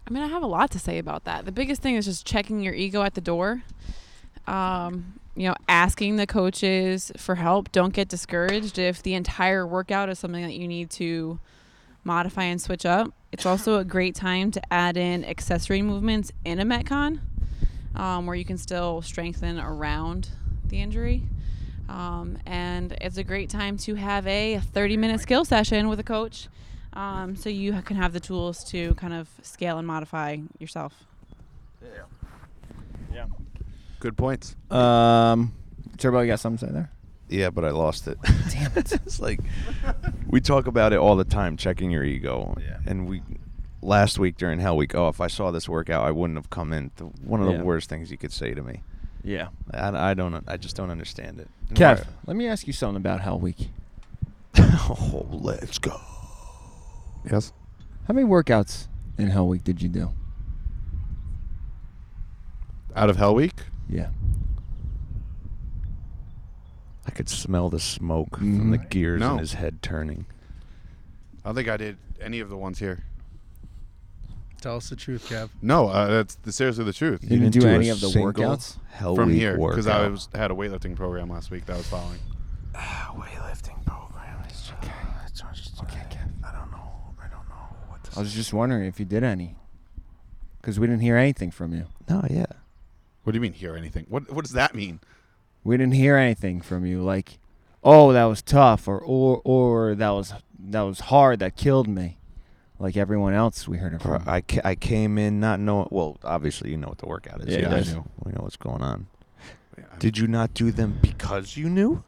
I mean, I have a lot to say about that. The biggest thing is just checking your ego at the door. Um, you know, asking the coaches for help. Don't get discouraged if the entire workout is something that you need to modify and switch up. It's also a great time to add in accessory movements in a Metcon, um, where you can still strengthen around the injury. Um, and it's a great time to have a 30 minute skill session with a coach um, so you can have the tools to kind of scale and modify yourself. good points. Um, Turbo, you got something to say there? Yeah, but I lost it. <laughs> Damn it. it's like we talk about it all the time, checking your ego. Yeah. And we last week during Hell Week, oh, if I saw this workout, I wouldn't have come in. The, one of Yeah. the worst things you could say to me. Yeah. I, I don't. I just don't understand <laughs> it. Kev, let me ask you something about Hell Week. oh, let's go. Yes. How many workouts in Hell Week did you do? Out of Hell Week, Yeah. I could smell the smoke from the Mhm. gears No. in his head turning. I don't think I did any of the ones here. Tell us the truth, Kev. No, uh, that's the, seriously the truth. You didn't do a any of the single workouts? Hell From Week here, because I workout. was had a weightlifting program last week that I was following. <sighs> weightlifting program. It's okay. It's just, okay, I don't know. I don't know what I was just wondering if you did any. Because we didn't hear anything from you. No, yeah. What do you mean hear anything? What what does that mean? We didn't hear anything from you. Like, oh, that was tough, or or or that was that was hard, that killed me. Like everyone else, we heard it Bro, from. I, ca- I came in not knowing. Well, obviously you know what the workout is. Yeah, you I guys- do. We know what's going on. Yeah, I- Did you not do them because you knew?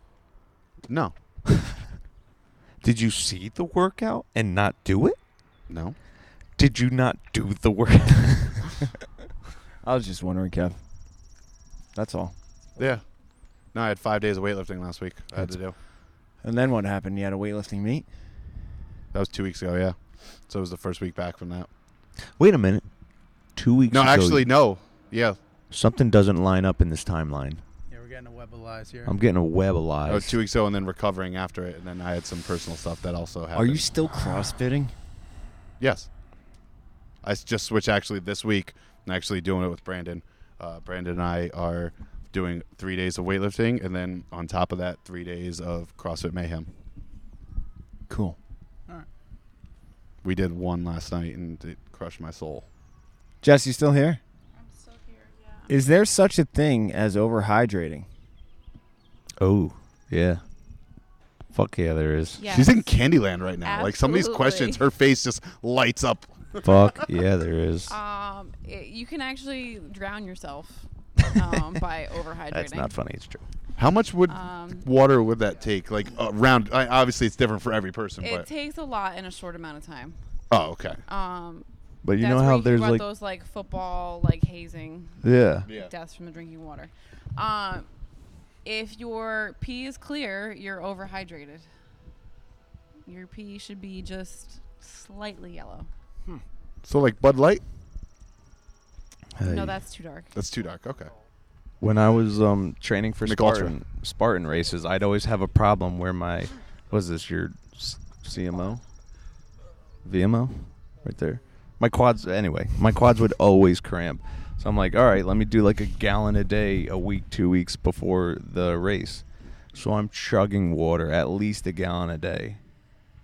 no, Did you see the workout and not do it? no. Did you not do the workout? I was just wondering, Kev. That's all. Yeah. No, I had five days of weightlifting last week. I had That's- to do. And then what happened? You had a weightlifting meet. That was two weeks ago. Yeah. So it was the first week back from that. <laughs> Wait a minute. Two weeks. No, ago, actually, no. Yeah. something doesn't line up in this timeline. Yeah, we're getting getting a web of lies here. I'm getting a web alive. I was Oh, two weeks ago and then recovering after it, and then I had some personal stuff that also happened. Are you still crossfitting? Yes. I s- just switched actually this week. I'm actually doing it with Brandon. Uh, Brandon and I are doing three days of weightlifting, and then on top of that, three days of CrossFit Mayhem. Cool. We did one last night, and it crushed my soul. Jess, you still here? I'm still here. Yeah. Is there such a thing as overhydrating? Oh, yeah. Fuck yeah, <laughs> there is. She's in Candyland right now. Like some of these Absolutely. questions, her face just lights up. Fuck yeah, there is. Um, it, you can actually drown yourself <laughs> um, by overhydrating. That's not funny. It's true. How much would Um, water would that take? Like a round? I, obviously, it's different for every person. It But takes a lot in a short amount of time. oh, okay. Um, But you that's know where how hear there's about like, those like football like hazing yeah, Yeah. deaths from the drinking water. Um, if your pee is clear, you're overhydrated. Your pee should be just slightly yellow. So like Bud Light? Hey. No, that's too dark. That's too dark. Okay. when I was um training for Mick Ultra. Spartan Spartan races, I'd always have a problem where my was this your s- CMO, VMO, right there. My quads anyway. My quads would always cramp. So I'm like, all right, let me do like a gallon a day, a week, two weeks before the race. So I'm chugging water, at least a gallon a day,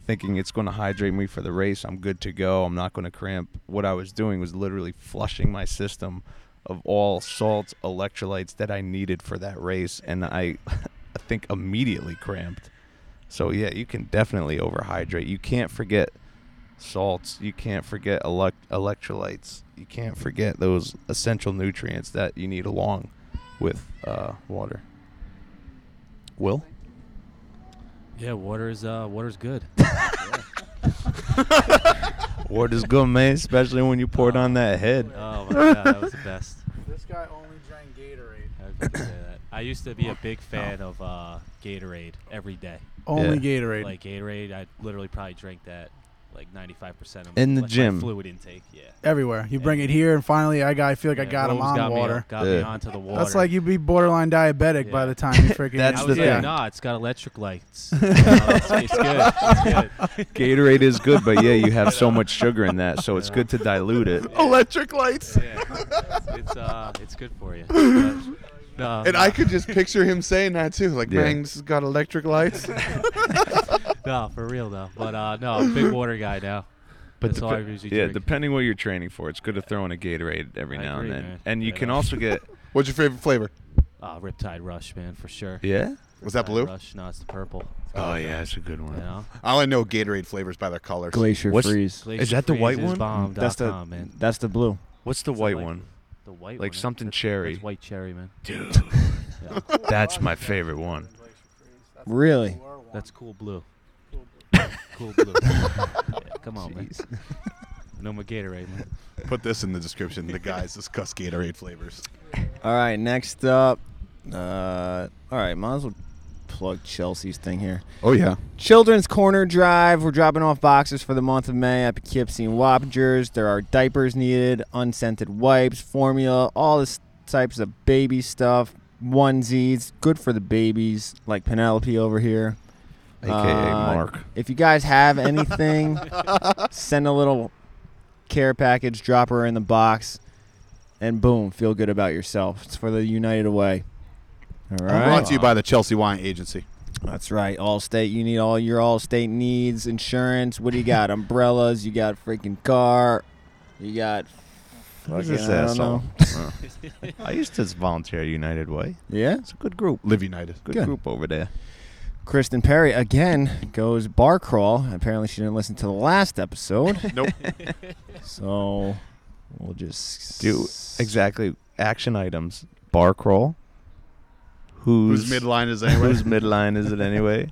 thinking it's going to hydrate me for the race. I'm good to go. I'm not going to cramp. What I was doing was literally flushing my system of all salts, electrolytes that I needed for that race, and I, <laughs> I think immediately cramped. So yeah, you can definitely overhydrate. You can't forget salts. You can't forget elect- electrolytes. You can't forget those essential nutrients that you need along with uh, water. Will? <laughs> Yeah, water is uh, water's good. Water's good, man, especially when you pour it on that head. Oh my god, that was the best. This guy only drank Gatorade. I was about to say that. I used to be a big fan of uh, Gatorade every day. Only Yeah. Gatorade. Like Gatorade, I literally probably drank that like 95% of my- In the like, my gym. fluid intake. Yeah. everywhere. You bring it here, and finally, I got. I feel like I Yeah, got him Rose on got me water. up- got me Yeah. onto the water. That's like you'd be borderline diabetic by Yeah. the time <laughs> you freaking. That's I the was like, thing. nah, it's got electric lights. No, it's, it's good. It's good. Gatorade is good, but yeah, you have <laughs> so much sugar in that, so it's Yeah. good to dilute it. Electric lights. Yeah. It's, it's, uh, it's good for you. uh, But, no, <laughs> And no, I could just picture him saying that too. Like, Yeah. man, this has got <laughs> electric lights. <laughs> no, for real though. But uh, no, I'm a big water guy now. But That's all I depe- usually yeah, drink. depending what you're training for, it's good to throw in a Gatorade every I now agree, and then. man. And you Right can on. <laughs> also get What's your favorite flavor? Uh, Riptide Rush, man, for sure. yeah. Was that Riptide blue? Rush. No, it's the purple. Oh yeah, that's a good one. You know? I only know Gatorade flavors by their colors. <laughs> Glacier What's- freeze. Is that the white one? Bomb. That's the man. that's the blue. What's the It's white like- one? The white Like one. something That's- cherry. that's white cherry, man. Dude, <laughs> Yeah. that's my favorite one. Really? That's cool blue. Cool blue. Yeah, come on, man. No more Gatorade, man. Put this in the description. The guys discuss Gatorade flavors. All right, next up. Uh, all right, might as well plug Chelsea's thing here. Oh yeah. Children's Corner Drive. We're dropping off boxes for the month of May at Poughkeepsie and Wappingers. There are diapers needed, unscented wipes, formula, all this types of baby stuff, onesies, good for the babies, like Penelope over here. AKA Uh, Mark. If you guys have anything, send a little care package, drop her in the box, and boom, feel good about yourself. It's for the United Way. All right. Brought to you by the Chelsea Wine Agency. That's right. Allstate. You need all your Allstate needs, insurance. What do you got? Umbrellas. You got freaking car. You got. Fuck fucking- this I don't asshole. know. <laughs> Oh. I used to volunteer at United Way. Yeah. It's a good group. Live United. Good, Good. group over there. Kristen Perry again goes bar crawl. Apparently, she didn't listen to the last episode. Nope. <laughs> so we'll just Do exactly action items. Bar crawl. Whose Who's midline is anyway? Whose midline is it anyway?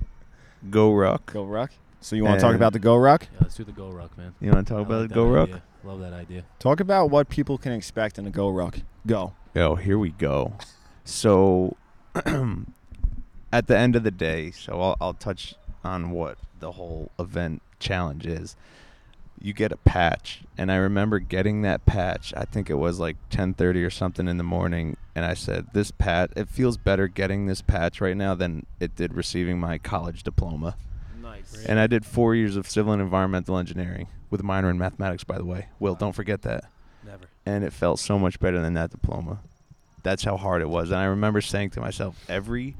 Go Ruck. Go Ruck. So you want to talk And- about the Go Ruck? Yeah, let's do the Go Ruck, man. You want to I talk about like that the Go Ruck? idea. Love that <coughs> idea. Talk about what people can expect in a Go Ruck. Go. Oh, here we go. So, <clears throat> at the end of the day, so I'll, I'll touch on what the whole event challenge is. you get a patch and i remember getting that patch i think it was like 10.30 or something in the morning and i said this patch it feels better getting this patch right now than it did receiving my college diploma Nice. and i did four years of civil and environmental engineering with a minor in mathematics by the way will don't forget that Never. and it felt so much better than that diploma. That's how hard it was. And I remember saying to myself, every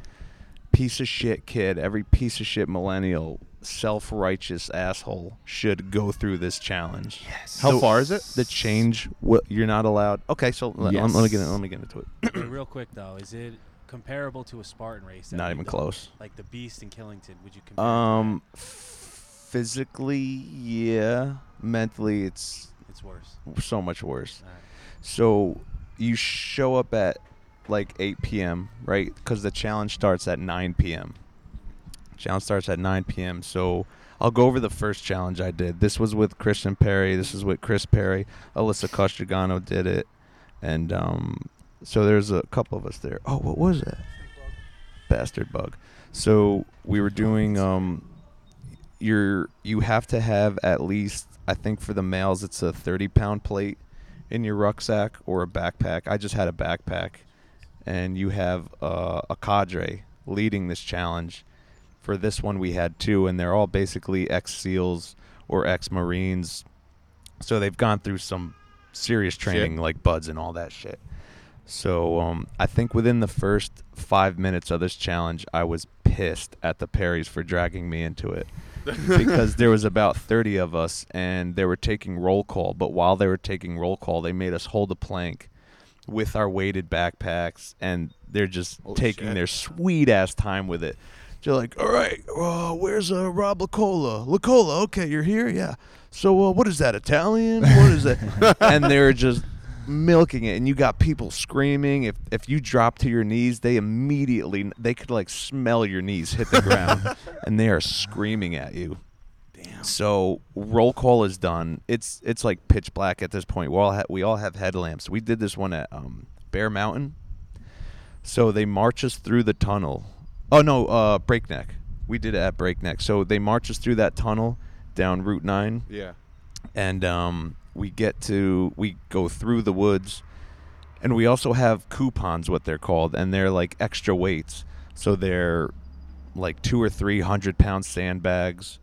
piece of shit kid, every piece of shit millennial, self righteous asshole should go through this challenge. Yes. How far is it? The change. What you're not allowed. Okay, so let, let- let me get in, let me get into it. Wait, real quick though, is it comparable to a Spartan race? that not we even done? close. Like the Beast in Killington, would you compare? it to Um, physically, yeah. Mentally, it's that? it's worse. so much worse. All right. So you show up at like 8 p.m., right? Because the challenge starts at 9 p.m. Challenge starts at 9 p.m. So I'll go over the first challenge I did. This was with Christian Perry. This is with Chris Perry. Alyssa Costragano did it. And um, so there's a couple of us there. Oh, what was that? Bastard bug. So we were doing. Um, you're you have to have at least I think for the males it's a 30 pound plate in your rucksack or a backpack. I just had a backpack, and you have uh, a cadre leading this challenge. For this one, we had two, and they're all basically ex SEALs or ex Marines, so they've gone through some serious training, like buds and all that shit. So um, I think within the first five minutes of this challenge, I was pissed at the Perrys for dragging me into it because there was about 30 of us and they were taking roll call but while they were taking roll call they made us hold a plank with our weighted backpacks and they're just taking their sweet ass time with it they're like all right uh, where's uh, rob lacola lacola okay you're here yeah so uh, what is that italian what is that and they're just milking it and you got people screaming if if you drop to your knees they immediately they could like smell your knees hit the ground and they are screaming at you so roll call is done. It's it's like pitch black at this point. We all ha- we all have headlamps. We did this one at um, Bear Mountain. So they march us through the tunnel. Oh no, uh, Breakneck. We did it at Breakneck. So they march us through that tunnel down Route Nine Yeah. and um, we get to we go through the woods and we also have coupons what they're called and they're like extra weights so they're like two or three hundred pound sandbags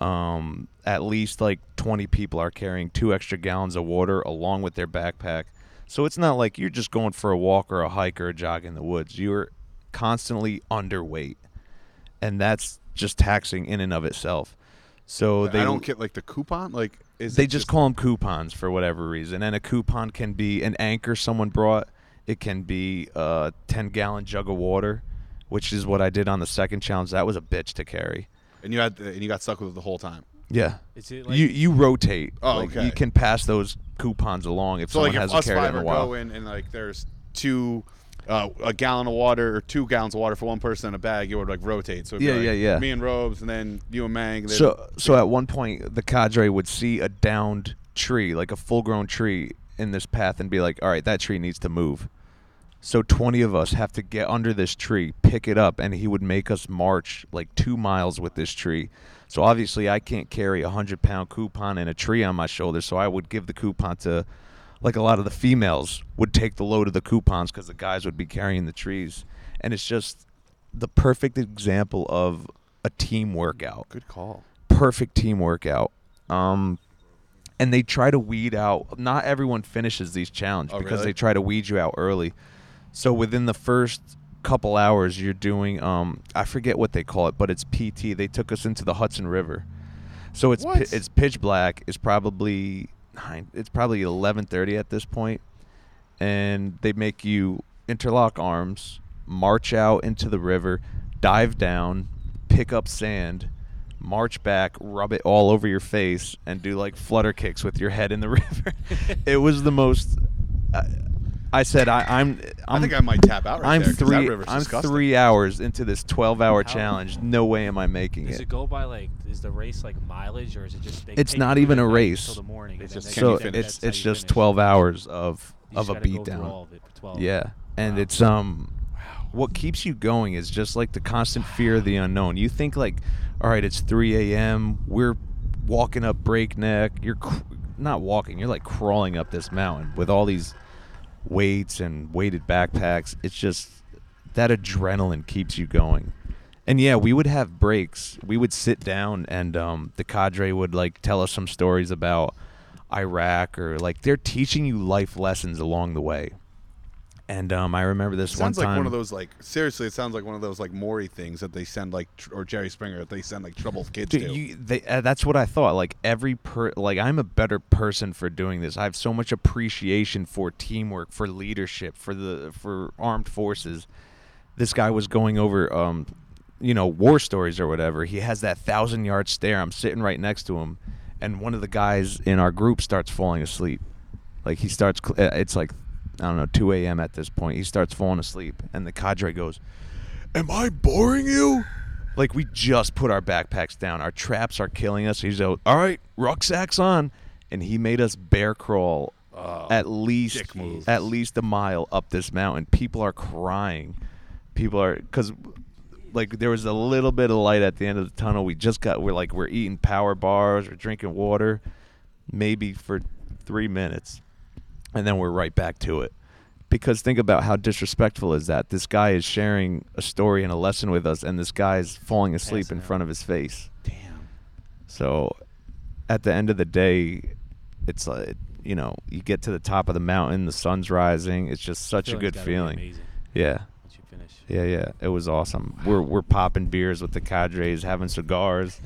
um, at least like 20 people are carrying two extra gallons of water along with their backpack so it's not like you're just going for a walk or a hike or a jog in the woods you're constantly underweight and that's just taxing in and of itself so they I don't get like the coupon. Like is they it just, call 'em call them coupons for whatever reason and a coupon can be an anchor someone brought it can be a 10 gallon jug of water which is what i did on the second challenge that was a bitch to carry and you had and you got stuck with it the whole time. yeah Is it like you you rotate Oh, Like, okay. you can pass those coupons along if So someone like if hasn't us carried five it in are a while going and like there's two, uh, a gallon of water or two gallons of water for one person in a bag, it would like rotate. So it'd be, Yeah, like, yeah, yeah. Me and Robes, and then you and Mang. and then- So, so at one point, the cadre would see a downed tree, like a full-grown tree, in this path, and be like, "All right, that tree needs to move." So, twenty of us have to get under this tree, pick it up, and he would make us march like two miles with this tree. So obviously, I can't carry a hundred-pound coupon and a tree on my shoulder, so I would give the coupon to, like a lot of the females would take the load of the coupons because the guys would be carrying the trees, and it's just the perfect example of a team workout good call. perfect team workout. Um, and they try to weed out. Not everyone finishes these challenges Oh, because really? they try to weed you out early. So within the first couple hours, you're doing. Um, I forget what they call it, but it's PT. They took us into the Hudson River. So it's pi- What? it's pitch black. It's probably nine. It's probably eleven thirty at this point, and they make you interlock arms, march out into the river, dive down, pick up sand, march back, rub it all over your face, and do like flutter kicks with your head in the <laughs> river. it was the most. I, I said I, I'm, i I'm. think I might tap out right I'm there, 'cause that three. river's I'm disgusting. three hours into this 12-hour challenge. No way am I making Does it. it go by like? Is the race like mileage, or is it just? They It's take not you even at a night race. Till the morning. It's and just then can you so they- finish? it's that's how it's you just finish. 12 hours of You of just a gotta go beatdown. through all of it for 12. Yeah, and Wow. it's um, what keeps you going is just like the constant fear of the unknown. You think like, all right, it's 3 a.m. We're walking up breakneck. You're cr- not walking. You're like crawling up this mountain with all these weights and weighted backpacks. It's just that adrenaline keeps you going. And yeah, we would have breaks. We would sit down, and um, the cadre would like tell us some stories about Iraq or like they're teaching you life lessons along the way. And um, I remember this sounds one like time. one of those like seriously. It sounds like one of those like Maury things that they send like tr- or Jerry Springer that they send like troubled kids Dude, to. you, they, uh, that's what I thought. Like every per, like I'm a better person for doing this. I have so much appreciation for teamwork, for leadership, for the for armed forces. This guy was going over, um, you know, war stories or whatever. He has that thousand yard stare. I'm sitting right next to him, and one of the guys in our group starts falling asleep. Like he starts, cl- uh, it's like I don't know, 2 a.m. at this point. He starts falling asleep, and the cadre goes, "Am I boring you?" Like we just put our backpacks down. Our traps are killing us. He's out. All right, rucksacks on, and he made us bear crawl at least Oh, dick moves. at least a mile up this mountain. People are crying. People are because like there was a little bit of light at the end of the tunnel. We just got we're like we're eating power bars, we're drinking water, maybe for three minutes, and then we're right back to it. Because think about how disrespectful is that? This guy is sharing a story and a lesson with us, and this guy is falling asleep Passing in out. front of his face. Damn. So, at the end of the day, it's like you know you get to the top of the mountain, the sun's rising. It's just such a Feeling's good gotta be feeling. Amazing Yeah, once you finish. yeah, yeah. It was awesome. We're we're popping beers with the cadres, having <laughs> cigars.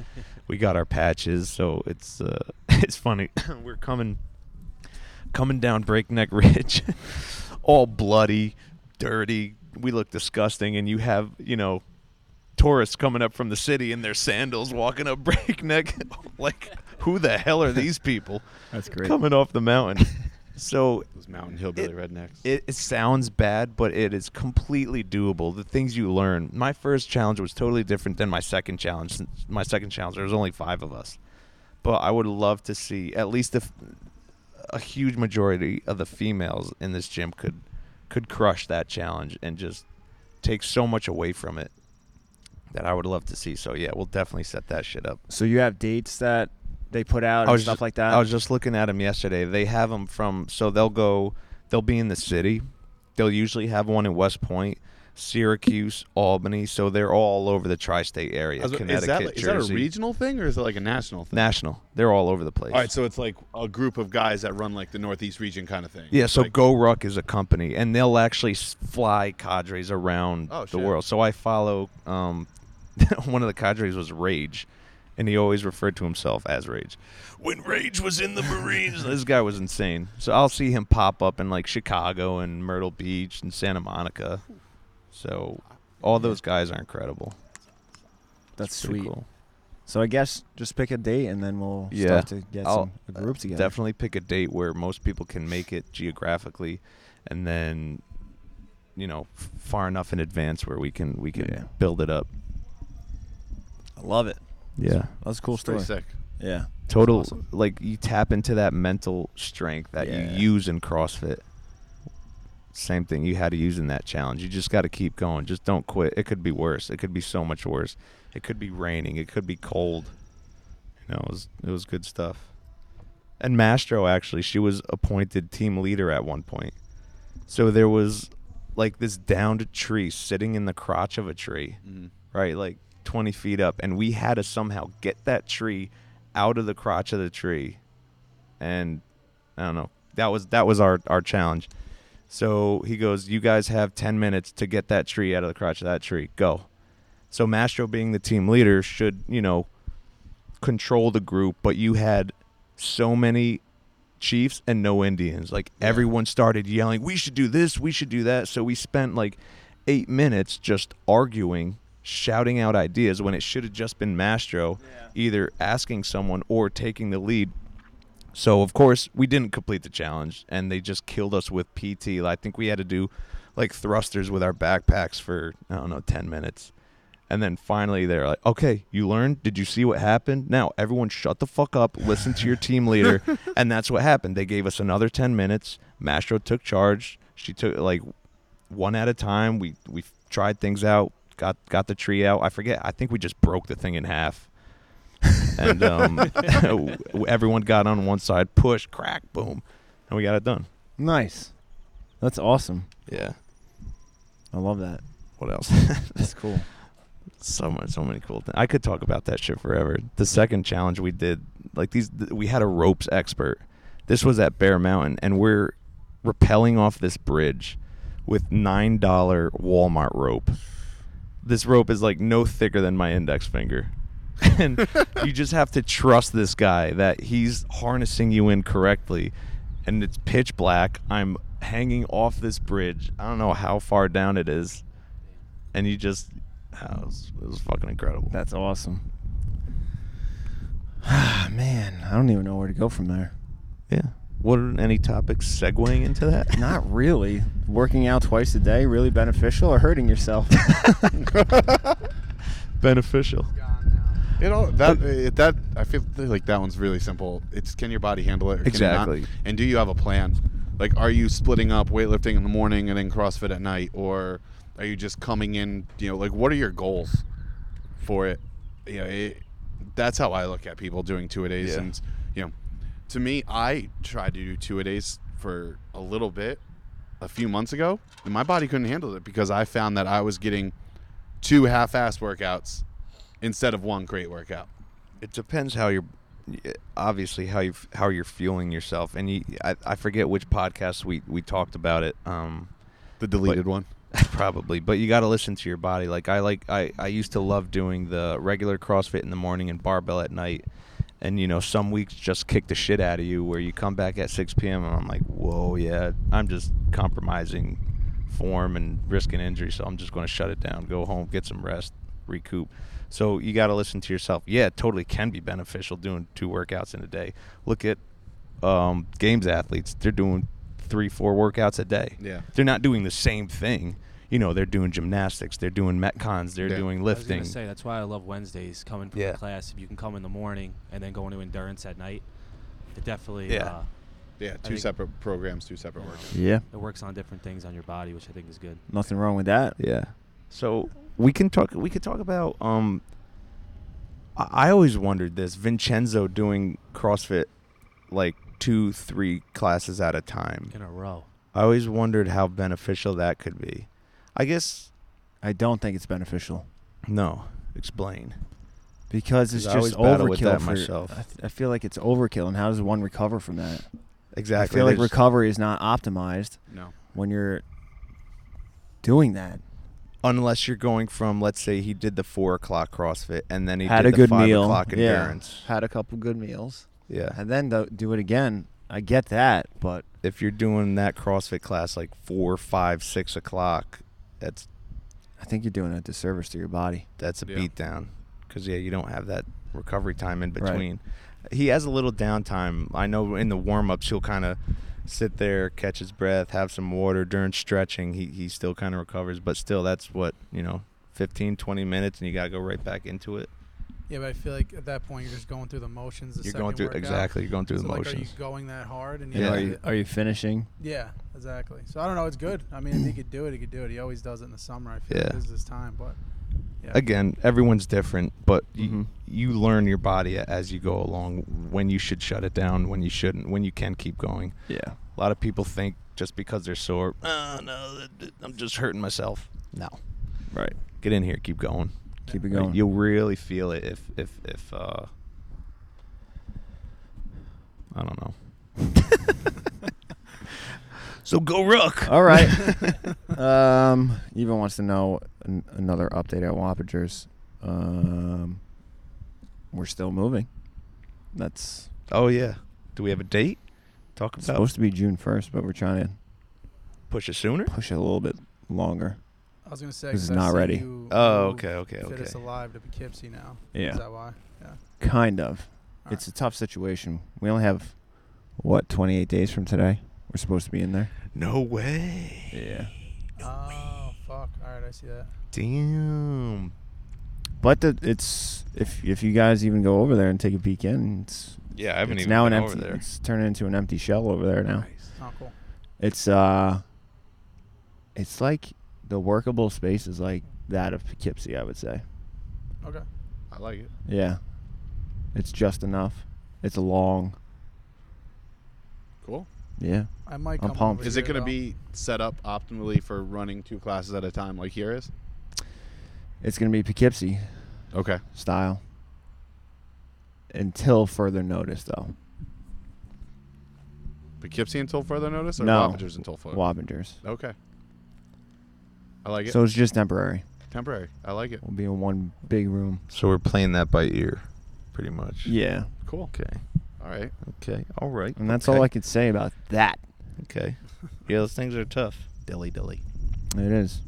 we got our patches, so it's uh, <laughs> it's funny. <coughs> we're coming coming down Breakneck Ridge, <laughs> all bloody, dirty. We look disgusting, and you have you know tourists coming up from the city in their sandals, walking up <laughs> Breakneck. like, who the hell are these people <laughs> That's great. coming off <laughs> the mountain? So those mountain hillbilly it- rednecks. it, it sounds bad, but it is completely doable. The things you learn. My first challenge was totally different than my second challenge. Since My second challenge, there was only five of us, but I would love to see at least if a huge majority of the females in this gym could could crush that challenge and just take so much away from it that I would love to see. So yeah, we'll definitely set that shit up. So you have dates that they put out and stuff ju- like that. I was just looking at them yesterday. They have them from so they'll go they'll be in the city. They'll usually have one in West Point, Syracuse, Albany. So they're all over the tri-state area. Is that- Connecticut, is, that, like- is that a Jersey. regional thing or is it like a national thing? National. They're all over the place. All right, so it's like a group of guys that run like the Northeast region kind of thing. yeah, so Like- Go Ruck is a company, and they'll actually s- fly cadres around Oh, the shit. world. So I follow um, <laughs> one of the cadres was Rage, and he always referred to himself as Rage. When Rage was in the Marines, this guy was insane. So I'll see him pop up in like Chicago and Myrtle Beach and Santa Monica. So all those guys are incredible. That's Pretty sweet. cool. So I guess just pick a date and then we'll Yeah. start to get I'll- uh, some, a group together. Definitely pick a date where most people can make it geographically, and then, you know, f- far enough in advance where we can we can Yeah. build it up. I love it. Yeah, That's a cool It's pretty story. sick. Yeah. total like you tap into that mental strength that Yeah. you use in CrossFit. Same thing you had to use in that challenge. You just got to keep going. Just don't quit. It could be worse. It could be so much worse. It could be raining. It could be cold. You know, it was it was good stuff. And Mastro actually, she was appointed team leader at one point. So there was like this downed tree sitting in the crotch of a tree, right? Like 20 feet up. And we had to somehow get that tree out of the crotch of the tree. And I don't know. That was that was our, our challenge. So he goes, You guys have 10 minutes to get that tree out of the crotch of that tree. Go. So Mastro, being the team leader, should, you know, control the group, but you had so many Chiefs and no Indians. Like everyone started yelling, "We should do this, we should do that." So we spent like 8 minutes just arguing, shouting out ideas when it should have just been Mastro either asking someone or taking the lead. So of course, we didn't complete the challenge and they just killed us with PT. I think we had to do like thrusters with our backpacks for I don't know 10 minutes. And then finally, they're like, okay, you learned? Did you see what happened? Now, everyone shut the fuck up, listen to your team <laughs> leader. and that's what happened. They gave us another 10 minutes. Mastro took charge. She took, like, one at a time. We we tried things out, got, got the tree out. I forget. I think we just broke the thing in half. and um, <laughs> everyone got on one side, push, crack, boom, and we got it done. Nice. That's awesome. Yeah. I love that. What else? <laughs> That's cool. so much, so many cool things. I could talk about that shit forever. The second challenge we did, like these, th- we had a ropes expert. This was at Bear Mountain, and we're rappelling off this bridge with nine dollar Walmart rope. This rope is like no thicker than my index finger. <laughs> and you just have to trust this guy that he's harnessing you in correctly. And it's pitch black. I'm hanging off this bridge. I don't know how far down it is. And you just, ah, it, was, it was fucking incredible. That's awesome. <sighs> Ah, man, I don't even know where to go from there. yeah. What are any topics segueing into that? Not really. Working out twice a day really beneficial or hurting <laughs> yourself? beneficial. It all that it, that I feel like that one's really simple. It's can your body handle it? Or Can you Exactly. not? And do you have a plan? Like, are you splitting up weightlifting in the morning and then CrossFit at night, or are you just coming in? You know, like what are your goals for it? You know, it, that's how I look at people doing two a days. Yeah. And you know, to me, I tried to do two a days for a little bit a few months ago, and my body couldn't handle it because I found that I was getting two half-ass workouts instead of one great workout. it depends how you're obviously how you how you're fueling yourself and you I, I forget which podcast we we talked about it um <laughs> The deleted one. probably but you got to listen to your body like i like i i used to love doing the regular crossfit in the morning and barbell at night and you know some weeks just kick the shit out of you where you come back at 6 p.m and i'm like whoa yeah i'm just compromising form and risking injury so i'm just going to shut it down go home get some rest recoup so you got to listen to yourself yeah it totally can be beneficial doing two workouts in a day look at um, games athletes they're doing three four workouts a day Yeah. they're not doing the same thing. You know, they're doing gymnastics, they're doing metcons, they're Yeah. doing I was lifting. gonna say that's why I love Wednesdays coming from Yeah. the class. If you can come in the morning and then go into endurance at night, it definitely Yeah. uh, Yeah, two think- separate programs, two separate workouts. yeah. it works on different things on your body, which I think is good. Nothing wrong with that. Yeah. So we can talk. We could talk about. Um, I I always wondered this: Vincenzo doing CrossFit, like two, three classes at a time. In a row, I always wondered how beneficial that could be. I guess I don't think it's beneficial no. Explain. because it's I just always battle overkill with that for myself. I, th- I feel like it's overkill, and how does one recover from that? I Exactly. feel like There's- recovery is not optimized No. when you're doing that. unless you're going from, let's say, he did the four o'clock CrossFit and then he Had did a the good five meal, o'clock yeah. endurance. Had a couple good meals, Yeah. and then tho- do it again. I get that, but if you're doing that CrossFit class like four, five, six o'clock, that's I think you're doing a disservice to your body. that's a Yeah. beat down. 'Cause because yeah, you don't have that recovery time in Right. between. He has a little downtime. I know in the warm ups he'll kind of sit there, catch his breath, have some water during stretching. He he still kind of recovers, but still that's what you know. 15 20 minutes and you got to go right back into it Yeah, but I feel like at that point you're just going through the motions. The you're second going through workout. exactly you're going through So, the like, motions Are you going that hard? And Yeah. Are yeah, you are you finishing? yeah, exactly. So I don't know. It's good. I mean, if he could do it, he could do it. He always does it in the summer. I feel Yeah. like this is his time, but yeah. again everyone's different but Mhm. you, you learn your body as you go along when you should shut it down when you shouldn't when you can keep going Yeah. a lot of people think just because they're sore oh no th- th- i'm just hurting myself no Right. get in here keep going Keep it Like, going. you'll really feel it if if if uh i <laughs> don't know so go rook All <laughs> right. um, Eva wants to know an- another update at Wappagers. Um, we're still moving. That's oh yeah do we have a date talk it's about supposed to be June first, but we're trying to push it sooner push it a little bit longer. I was gonna say This 'cause is I not see ready. You Oh, moved okay, okay, Fit us okay. alive to Poughkeepsie now. Yeah. Is that why? Yeah. Kind of. All it's a tough situation. We only have what 28 days from today. We're supposed to be in there. no way Yeah. Oh fuck! All right, I see that. Damn. But the, it's if if you guys even go over there and take a peek in, it's, Yeah, I haven't it's even now an been empty. over there. It's turning into an empty shell over there now. Oh, cool. It's uh it's like the workable space is like that of Poughkeepsie, I would say. Okay. I like it. Yeah. It's just enough. It's long. Cool. Yeah. I might. I'm Come pumped. over Is it here, going to though. be set up optimally for running two classes at a time like here is? It's gonna be Poughkeepsie Okay. style. Until further notice, though. Poughkeepsie until further notice or No. Wappingers until further? Wappingers. okay. I like it. So it's just temporary. Temporary. I like it. We'll be in one big room. So we're playing that by ear, pretty much. Yeah. Cool. Okay. All right. Okay. All right. And that's Okay. all I could say about that. Okay. Yeah, those things are tough. Dilly dilly. It is.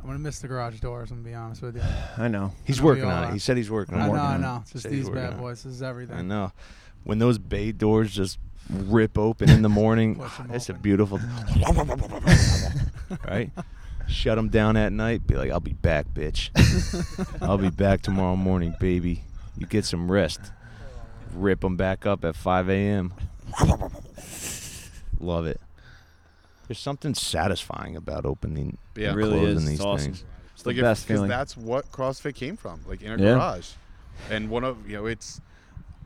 I'm gonna miss the garage doors. I'm gonna be <sighs> honest with you. I know. He's know we working all on it. are. He said he's working I on know, it. I on it. know. It's just Said he's these working bad on it. boys. This is everything. I <laughs> know. When those bay doors just rip open <laughs> in the morning, Push 'em it's a open. <laughs> beautiful. <laughs> right? Shut them down at night. Be like, I'll be back, bitch. I'll be back tomorrow morning, baby. You get some rest. Rip them back up at 5 a.m. Love it. There's something satisfying about opening. Yeah. It really closing is. these It's awesome. things. It's Like the if- best 'cause feeling. That's what CrossFit came from, like in a Yeah. garage. And one of you know, it's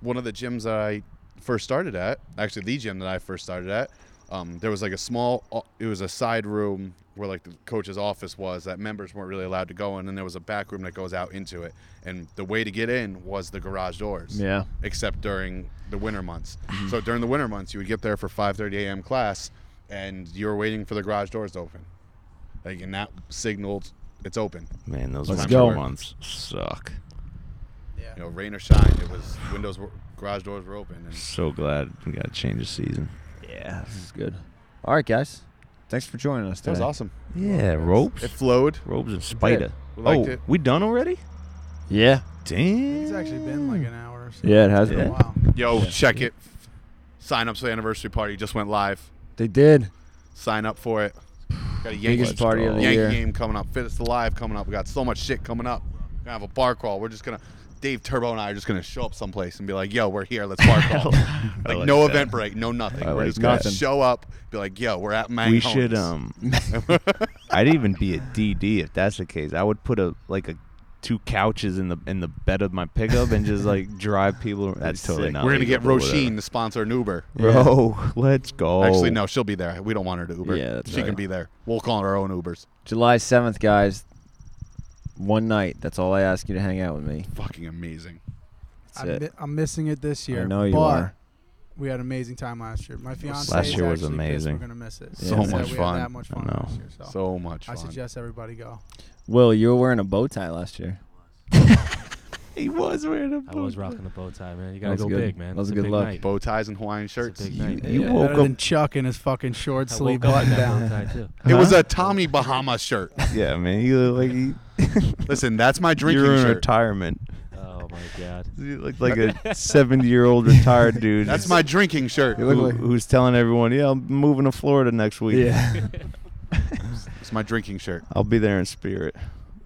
one of the gyms that I first started at. Actually, the gym that I first started at. Um, there was like a small. It was a side room where like the coach's office was that members weren't really allowed to go in, and there was a back room that goes out into it. And the way to get in was the garage doors Yeah. except during the winter months. So during the winter months, you would get there for 5:30 a.m. class, and you were waiting for the garage doors to open, like, and that signaled it's open. Man, those Let's winter go. months suck. You know, rain or shine, it was windows, were, garage doors were open. And So glad we got to change the season. Yeah. This is good. All right, guys. Thanks for joining us. that was today. awesome. Yeah, ropes. It flowed. Robes and Spider. We liked oh, it. we done already? Yeah. Damn. It's actually been like an hour or so. Yeah, it has Been a been. while. Yo, check it. Sign up for the anniversary party just went live. They did. Sign up for it. Got a Yankees Biggest party of the Yankee year. game coming up. Fittest Alive coming up. We got so much shit coming up. We're gonna have a bar crawl. We're just gonna Dave Turbo and I are just gonna show up someplace and be like, "Yo, we're here. Let's <laughs> bar crawl." like, like no that. event break, no nothing. I we're like just gonna that. show up, be like, "Yo, we're at Mang we should Hone's." um <laughs> I'd even be a DD if that's the case. I would put a like a two couches in the in the bed of my pickup and just like drive people. That's totally sick. not. We're gonna legal, get but whatever. Roisin to sponsor an Uber. Bro, <laughs> let's go. Actually, no, she'll be there. We don't want her to Uber. Yeah, that's she can right. be there. We'll call our own Ubers. July 7th, guys. One night. That's all I ask you to hang out with me. Fucking amazing. That's I'm, it. mi- I'm missing it this year. I know you but are. We had an amazing time last year. My fiance Last is year was actually pissed amazing. We're gonna miss it. So She much said we had fun. that much I fun know. last year. So, So much I fun. suggest everybody go. Will, you were wearing a bow tie last year. he was wearing a I bow. was rocking the bow tie, man. You gotta That was go good. big, man. That was It's a good big look. night. Bow ties and Hawaiian shirts. big You, night. you Yeah. woke Better up. than Chuck in his fucking short I sleeve woke up button in that bow down. tie, too. It was Huh? a Tommy Bahama shirt. Yeah, man. You look like you, <laughs> Listen, that's my drinking you're in shirt. retirement. Oh my god. You look like <laughs> a 70 year old retired dude. That's my drinking shirt. look who- like- who's telling everyone, yeah, I'm moving to Florida next week. <laughs> <laughs> It's my drinking shirt. I'll be there in spirit.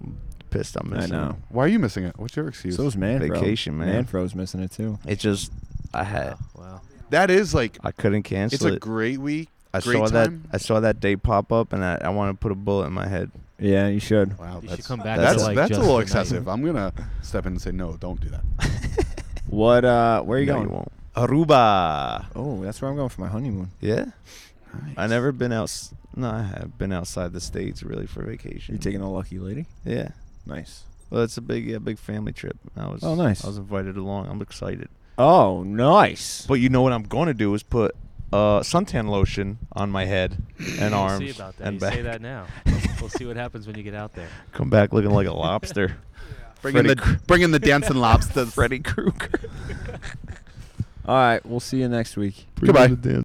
I'm pissed I'm I missing. it. know. Why are you missing it? What's your excuse? So was Manfro. Vacation, man. Manfro's missing it too. It's just I had Wow. that is like I couldn't cancel it's it. a great week. I great saw time. that I saw that date pop up and I, I want to put a bullet in my head. Yeah, you should. Wow, You should that's come back. that's, to, a- like, that's a just little the night. excessive. I'm gonna step in and say no. Don't do that. What? uh <laughs> Where are you No, going? You won't. Aruba. Oh, that's where I'm going for my honeymoon. Yeah. I never been out no, I have been outside the states really for vacation. You taking a lucky lady? yeah. Nice. Well, it's a big yeah, big family trip. I was Oh, nice. I was invited along. I'm excited. Oh, nice. But you know what I'm going to do is put uh, suntan lotion on my head <laughs> and We'll arms see about that. and you back. say that now. We'll- we'll see what happens when you get out there. Come back looking like a lobster. Bring in the Freddy bring in the dancing lobsters. <laughs> Freddy Krueger. <laughs> All right, we'll see you next week. Goodbye. Goodbye.